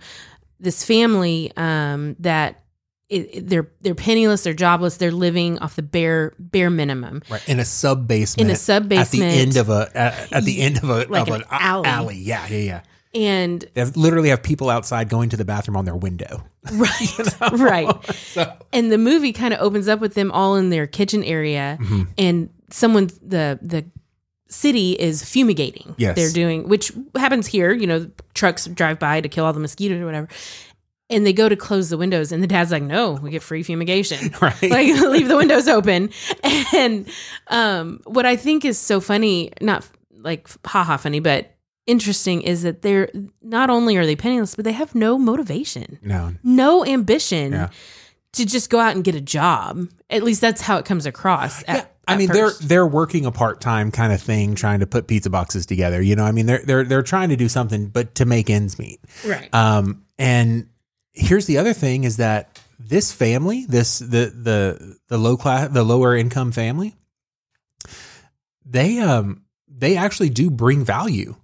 Speaker 1: This family um, that it, it- they're they're penniless, they're jobless, they're living off the bare bare minimum.
Speaker 2: right in a sub basement
Speaker 1: In a sub-basement.
Speaker 2: at the end of a at, at the end of a
Speaker 1: Like
Speaker 2: of
Speaker 1: an
Speaker 2: an, a-
Speaker 1: alley.
Speaker 2: alley yeah yeah yeah
Speaker 1: And
Speaker 2: They have, literally have people outside going to the bathroom on their window.
Speaker 1: right, right. And the movie kind of opens up with them all in their kitchen area,
Speaker 2: Mhm.
Speaker 1: and someone the the city is fumigating.
Speaker 2: Yes.
Speaker 1: they're doing which happens here. You know, trucks drive by to kill all the mosquitoes or whatever. And they go to close the windows, and the dad's like, "No, we get free fumigation.
Speaker 2: Right.
Speaker 1: Like, leave the windows open." And um, what I think is so funny—not like haha funny, but interesting—is that they're not only are they penniless, but they have no motivation
Speaker 2: No,
Speaker 1: no ambition
Speaker 2: Yeah.
Speaker 1: to just go out and get a job. At least that's how it comes across. At,
Speaker 2: I
Speaker 1: at
Speaker 2: mean they they're
Speaker 1: first.
Speaker 2: they're working a part time kind of thing, trying to put pizza boxes together. You know, I mean they're they're they're trying to do something, but to make ends meet.
Speaker 1: right.
Speaker 2: Um, and here's the other thing is that this family, this the the the low class, the lower income family, they um they actually do bring value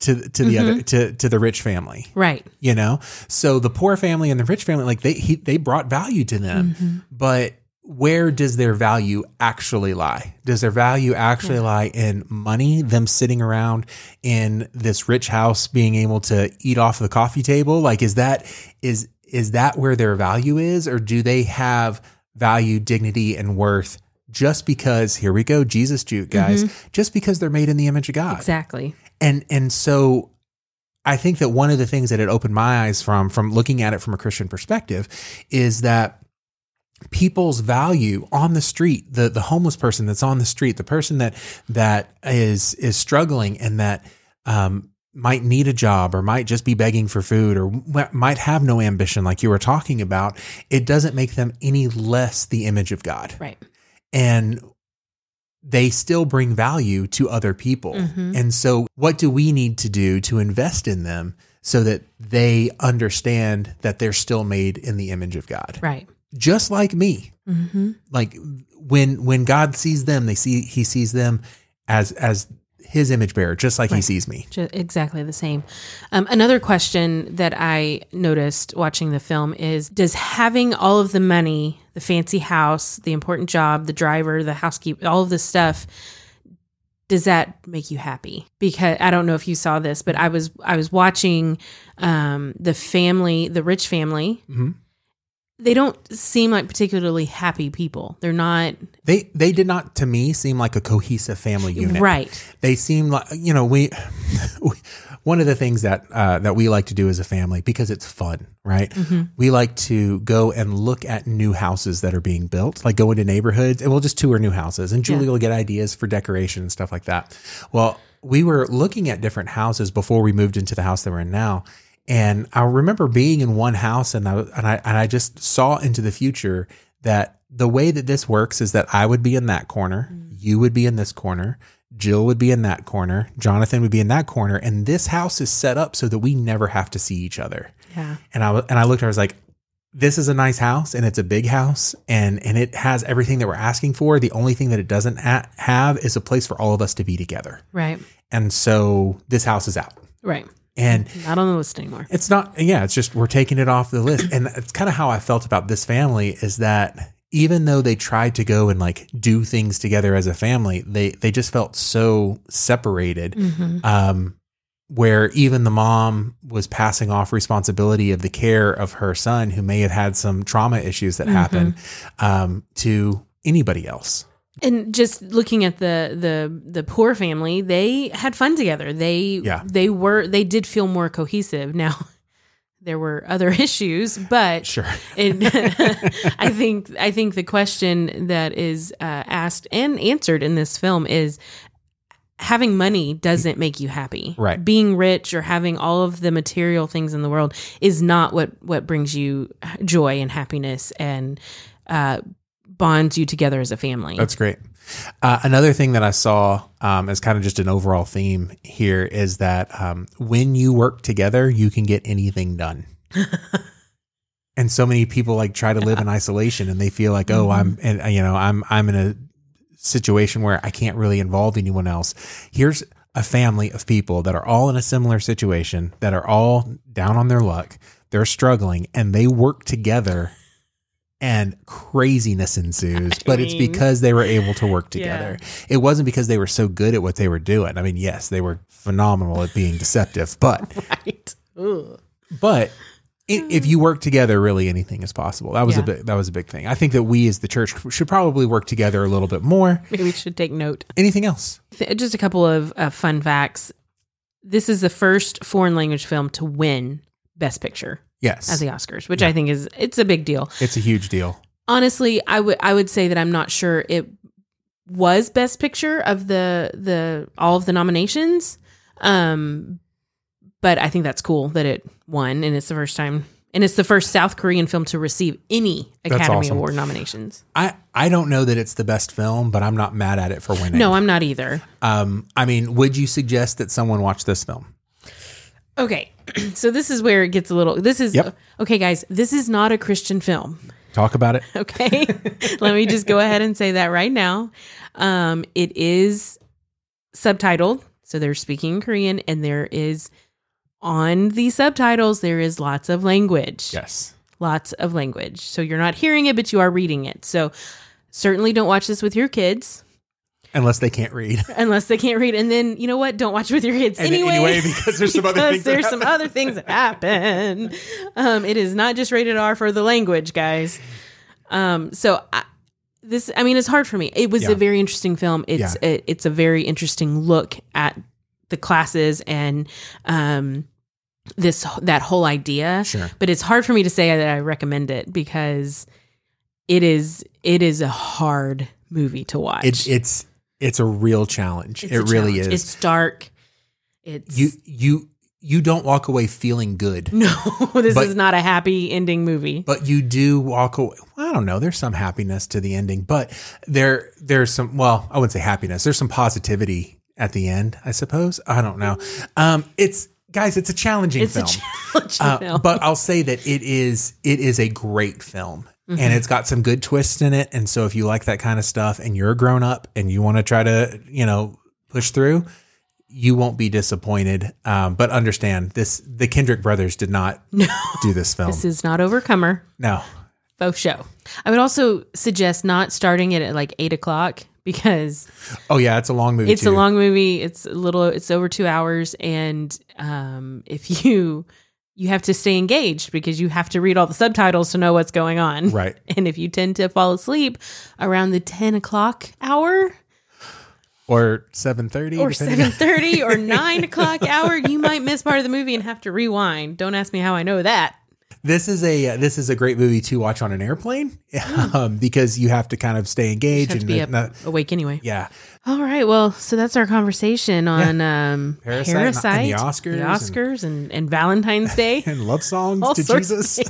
Speaker 2: to to the other to to the rich family.
Speaker 1: right.
Speaker 2: you know so the poor family and the rich family like they he, they brought value to them but where does their value actually lie does their value actually lie in money them sitting around in this rich house being able to eat off the coffee table like is that is is that where their value is or do they have value dignity and worth just because here we go jesus juke guys just because they're made in the image of god
Speaker 1: Exactly.
Speaker 2: and and so I think that one of the things that it opened my eyes from from looking at it from a Christian perspective is that people's value on the street the the homeless person that's on the street the person that that is is struggling and that um might need a job or might just be begging for food or w- might have no ambition like you were talking about it doesn't make them any less the image of God
Speaker 1: Right.
Speaker 2: and they still bring value to other people.
Speaker 1: Mhm.
Speaker 2: And so, what do we need to do to invest in them so that they understand that they're still made in the image of God?
Speaker 1: Right.
Speaker 2: Just like me,
Speaker 1: Mm-hmm.
Speaker 2: like when when God sees them, they see He sees them as as His image bearer, just like He
Speaker 1: Right.
Speaker 2: sees me.
Speaker 1: Ju- exactly the same. Um, another question that I noticed watching the film is Does having all of the money, the fancy house, the important job, the driver, the housekeeper, all of this stuff, does that make you happy? Because I don't know if you saw this, but I was I was watching um, the family, the rich family.
Speaker 2: Mhm.
Speaker 1: They don't seem like particularly happy people. They're not
Speaker 2: They they did not to me seem like a cohesive family unit.
Speaker 1: right.
Speaker 2: They seem like you know we. one of the things that uh, that we like to do as a family because it's fun, right?
Speaker 12: Mhm.
Speaker 2: We like to go and look at new houses that are being built, like go into neighborhoods, and we'll just tour new houses, and Julie
Speaker 12: Yeah.
Speaker 2: will get ideas for decoration and stuff like that. Well, we were looking at different houses before we moved into the house that we're in now. And I remember being in one house and I and I and I just saw into the future that the way that this works is that I would be in that corner, you would be in this corner, Jill would be in that corner, Jonathan would be in that corner, and this house is set up so that we never have to see each other.
Speaker 1: Yeah.
Speaker 2: And I wa- and I looked at her I was like this is a nice house and it's a big house and and it has everything that we're asking for. The only thing that it doesn't ha- have is a place for all of us to be together.
Speaker 1: Right.
Speaker 2: And so this house is out.
Speaker 1: Right.
Speaker 2: And
Speaker 1: Not on the list anymore.
Speaker 2: it's not, yeah, it's just we're taking it off the list. And it's kind of how I felt about this family is that even though they tried to go and like do things together as a family, they they just felt so separated.
Speaker 12: Mhm.
Speaker 2: Um, where even the mom was passing off responsibility of the care of her son, who may have had some trauma issues that
Speaker 1: Mhm.
Speaker 2: happened, um, to anybody else.
Speaker 1: And just looking at the the the poor family, they had fun together. They
Speaker 2: Yeah.
Speaker 1: they were they did feel more cohesive. Now there were other issues, but
Speaker 2: Sure.
Speaker 1: it, I think I think the question that is uh, asked and answered in this film is having money doesn't make you happy.
Speaker 12: Right.
Speaker 1: Being rich or having all of the material things in the world is not what what brings you uh, joy and happiness and uh, bonds you together as a family.
Speaker 2: That's great. Uh, another thing that I saw um, as kind of just an overall theme here is that um, when you work together, you can get anything done. and so many people like try to live in isolation, and they feel like, oh, I'm, and uh, you know, I'm, I'm in a situation where I can't really involve anyone else. Here's a family of people that are all in a similar situation, that are all down on their luck, they're struggling, and they work together and craziness ensues. but it's
Speaker 12: mean-
Speaker 2: because they were able to work
Speaker 12: Yeah.
Speaker 2: together. It wasn't because they were so good at what they were doing. I mean, yes, they were phenomenal at being deceptive, but
Speaker 1: right. Ugh.
Speaker 2: but i if you work together, really anything is possible. That was
Speaker 1: Yeah.
Speaker 2: a big, that was a big thing. I think that we as the church should probably work together a little bit more.
Speaker 1: Maybe we should take note.
Speaker 2: Anything else?
Speaker 1: Th- just a couple of uh, fun facts. This is the first foreign language film to win Best Picture.
Speaker 2: Yes.
Speaker 1: At the Oscars, which
Speaker 2: Yeah.
Speaker 1: I think is it's a big deal.
Speaker 2: It's a huge deal.
Speaker 1: Honestly, I would I would say that I'm not sure it was Best Picture of the the all of the nominations. Um but I think that's cool that it won and it's the first time and it's the first South Korean film to receive any
Speaker 2: That's
Speaker 1: Academy
Speaker 2: awesome.
Speaker 1: Award nominations.
Speaker 2: I I don't know that it's the best film, but I'm not mad at it for winning.
Speaker 1: No, I'm not either.
Speaker 2: Um, I mean, would you suggest that someone watch this film?
Speaker 1: Okay. so this is where it gets a little this is
Speaker 2: Yep.
Speaker 1: okay guys, this is not a Christian film.
Speaker 2: Talk about it.
Speaker 1: Okay. Let me just go ahead and say that right now. Um, it is subtitled. So they're speaking Korean, and there is on the subtitles, there is lots of language.
Speaker 2: Yes.
Speaker 1: Lots of language. So you're not hearing it, but you are reading it. So certainly don't watch this with your kids
Speaker 2: Unless they can't read.
Speaker 1: unless they can't read. And then you know what? Don't watch with your kids
Speaker 2: And
Speaker 1: anyway.
Speaker 2: anyway, because there's some other
Speaker 1: Because
Speaker 2: things that
Speaker 1: there's some other things that happen. Um, it is not just rated R for the language, guys. Um, so I, this, I mean, it's hard for me. It was
Speaker 12: Yeah.
Speaker 1: a very interesting film. It's
Speaker 12: Yeah.
Speaker 1: a, it's a very interesting look at the classes and um, this that whole idea.
Speaker 12: Sure.
Speaker 1: But it's hard for me to say that I recommend it because it is it is a hard movie to watch.
Speaker 2: It, it's it's a real challenge.
Speaker 1: It's
Speaker 2: it
Speaker 1: a
Speaker 2: really
Speaker 1: challenge.
Speaker 2: is.
Speaker 1: It's dark. It's
Speaker 2: you you you don't walk away feeling good.
Speaker 1: No, this
Speaker 2: but-
Speaker 1: is not a happy ending movie.
Speaker 2: But you do walk away. well, I don't know. There's some happiness to the ending, but there there's some. Well, I wouldn't say happiness. There's some positivity at the end. I suppose. I don't know.
Speaker 1: Mm.
Speaker 2: Um, it's guys. It's a challenging
Speaker 12: It's a
Speaker 2: film. Uh,
Speaker 12: challenging film.
Speaker 2: But I'll say that it is it is a great film. And
Speaker 1: Mm-hmm.
Speaker 12: Mhm.
Speaker 2: it's got some good twists in it. And so if you like that kind of stuff and you're a grown up and you want to try to, you know, push through, you won't be disappointed. Um, but understand this the Kendrick brothers did not do this film.
Speaker 1: This is not Overcomer.
Speaker 2: no.
Speaker 1: Faux show. I would also suggest not starting it at like eight o'clock because
Speaker 2: Oh yeah, it's a long movie.
Speaker 1: it's a
Speaker 2: too.
Speaker 1: long movie. It's a little. It's over two hours, and um, if you you have to stay engaged because you have to read all the subtitles to know what's going on.
Speaker 2: Right.
Speaker 1: And if you tend to fall asleep around the ten o'clock hour,
Speaker 2: or seven thirty,
Speaker 1: or seven thirty or nine o'clock hour, you might miss part of the movie and have to rewind. Don't ask me how I know that.
Speaker 2: This is a uh, this is a great movie to watch on an airplane um, because you have to kind of stay
Speaker 1: Mm.
Speaker 2: engaged
Speaker 1: Have
Speaker 2: and
Speaker 1: to be
Speaker 2: not-
Speaker 1: up,
Speaker 2: not-
Speaker 1: awake anyway.
Speaker 2: yeah.
Speaker 1: All right. Well, so that's our conversation on um,
Speaker 2: Parasite
Speaker 1: Parasite,
Speaker 2: and- and the
Speaker 1: the
Speaker 2: Oscars and-
Speaker 1: Oscars, and, and, Valentine's Day.
Speaker 2: and love songs
Speaker 1: All
Speaker 2: to
Speaker 1: sorts of
Speaker 2: Jesus.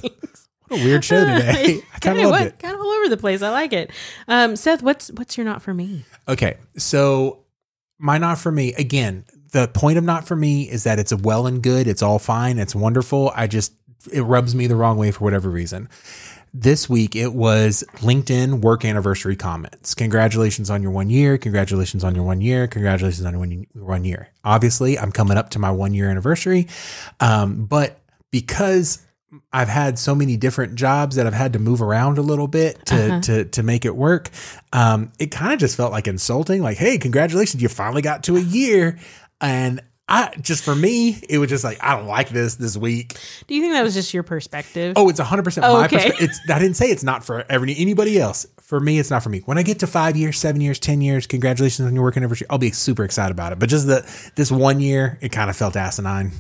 Speaker 2: What a weird show today. I kind of loved it.
Speaker 1: Kind of all over the place. I like it. Um, Seth, what's what's your not for me?
Speaker 2: Okay, so my not for me again. The point of not for me is that it's a well and good. It's all fine. It's wonderful. I just it rubs me the wrong way for whatever reason. This week it was LinkedIn work anniversary comments. Congratulations on your one year. Congratulations on your one year. Congratulations on your one, one year. Obviously, I'm coming up to my one year anniversary, um, but because I've had so many different jobs that I've had to move around a little bit to
Speaker 1: Uh-huh.
Speaker 2: to to make it work. Um, it kind of just felt like insulting. Like, hey, congratulations, you finally got to a year, and I just for me, it was just like I don't like this this week.
Speaker 1: Do you think that was just your perspective?
Speaker 2: Oh, it's hundred percent
Speaker 1: Oh,
Speaker 2: my
Speaker 1: okay.
Speaker 2: perspective. It's I didn't say it's not for every anybody else. For me, it's not for me. When I get to five years, seven years, ten years, congratulations on your work anniversary. I'll be super excited about it. But just the this one year, it kind of felt asinine.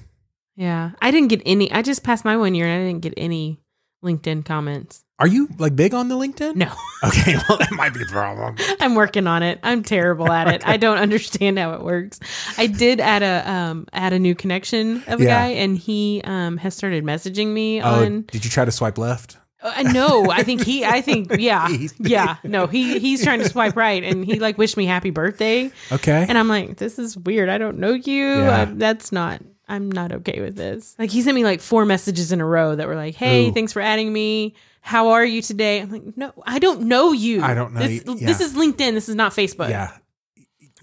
Speaker 1: yeah. I didn't get any. I just passed my one year and I didn't get any LinkedIn comments.
Speaker 2: Are you like big on the LinkedIn?
Speaker 1: No.
Speaker 2: Okay, well that might be the problem.
Speaker 1: I'm working on it. I'm terrible at it. I don't understand how it works. I did add a um add a new connection of a
Speaker 2: Yeah.
Speaker 1: guy, and he um has started messaging me
Speaker 2: Oh,
Speaker 1: on.
Speaker 2: did you try to swipe left?
Speaker 1: Uh, no, I think he. I think yeah, yeah. No, he he's trying to swipe right, and he like wished me happy birthday.
Speaker 2: Okay.
Speaker 1: And I'm like, this is weird. I don't know you.
Speaker 2: Yeah.
Speaker 1: I- that's not. I'm not okay with this. Like he sent me like four messages in a row that were like, "Hey,
Speaker 2: Ooh.
Speaker 1: thanks for adding me. How are you today?" I'm like, "No, I don't know you.
Speaker 2: I don't know
Speaker 1: This,
Speaker 2: you.
Speaker 1: this
Speaker 2: Yeah.
Speaker 1: is LinkedIn. This is not Facebook.
Speaker 2: yeah.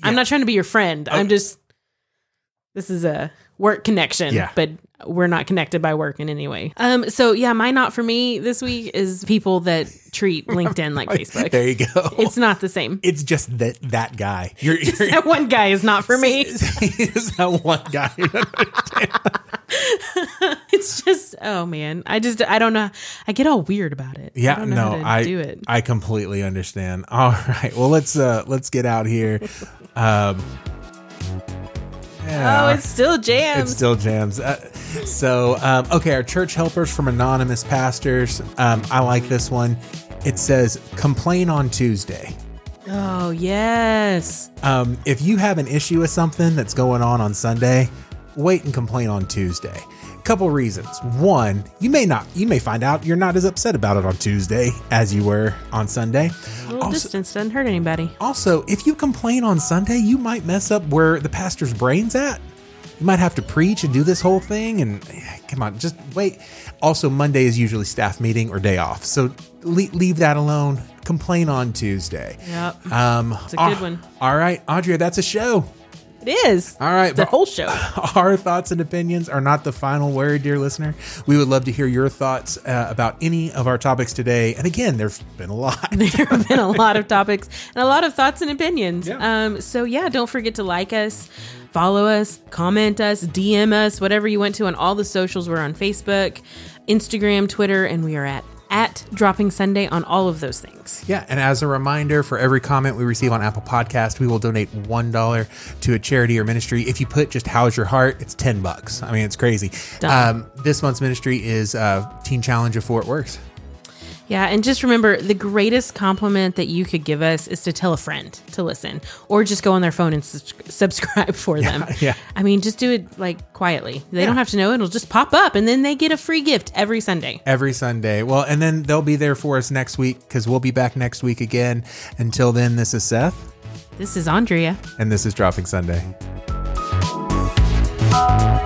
Speaker 1: I'm not trying to be your friend. I'm just. This is a work connection,
Speaker 2: Yeah.
Speaker 1: but we're not connected by work in any way. Um. So yeah, my not for me this week is people that treat LinkedIn like Facebook.
Speaker 2: There you go.
Speaker 1: It's not the same.
Speaker 2: It's just that that guy. You're, you're
Speaker 1: that one guy is not for me.
Speaker 2: it's that one guy.
Speaker 1: it's just oh man i just i don't know i get all weird about it
Speaker 2: yeah,
Speaker 1: I don't know
Speaker 2: no,
Speaker 1: how to
Speaker 2: I
Speaker 1: do it
Speaker 2: I completely understand. All right, well let's uh let's get out here. Um, yeah.
Speaker 1: oh it's still jammed
Speaker 2: It uh, still jams. Uh, so, um, okay, our church helpers from anonymous pastors. Um, I like this one. It says, "Complain on Tuesday."
Speaker 1: oh yes
Speaker 2: Um, if you have an issue with something that's going on on Sunday, wait and complain on Tuesday. Couple reasons. One, you may not, you may find out you're not as upset about it on Tuesday as you were on Sunday.
Speaker 1: a little distance doesn't hurt anybody
Speaker 2: Also, if you complain on Sunday, you might mess up where the pastor's brain's at. You might have to preach and do this whole thing. And come on, just wait. Also, Monday is usually staff meeting or day off. So le- leave that alone. Complain on Tuesday.
Speaker 1: Yep.
Speaker 2: Um,
Speaker 1: It's a good
Speaker 2: ah,
Speaker 1: one.
Speaker 2: All right, Audrey, that's a show.
Speaker 1: it is
Speaker 2: All right.
Speaker 1: the
Speaker 2: but
Speaker 1: whole show
Speaker 2: Our thoughts and opinions are not the final word, dear listener. We would love to hear your thoughts uh, about any of our topics today. And again, there's been a lot.
Speaker 1: there have been a lot of topics and a lot of thoughts and opinions um so yeah don't forget to like us follow us comment us dm us whatever you want to on all the socials we're on facebook instagram twitter and we are at at dropping sunday on all of those things
Speaker 2: Yeah, and as a reminder, for every comment we receive on Apple Podcast, we will donate one dollar to a charity or ministry. If you put just "How's Your Heart," it's ten bucks. I mean, it's crazy.
Speaker 1: Done.
Speaker 2: Um, this month's ministry is uh, Teen Challenge of Fort Worth.
Speaker 1: Yeah, and just remember the greatest compliment that you could give us is to tell a friend to listen or just go on their phone and subs- subscribe for them.
Speaker 2: yeah.
Speaker 1: I mean, just do it like quietly. They don't have to know, it'll just pop up and then they get a free gift every Sunday.
Speaker 2: Every Sunday. Well, and then they'll be there for us next week because we'll be back next week again. Until then, this is Seth,
Speaker 1: This is Andrea.
Speaker 2: and this is Dropping Sunday.
Speaker 4: Thank you.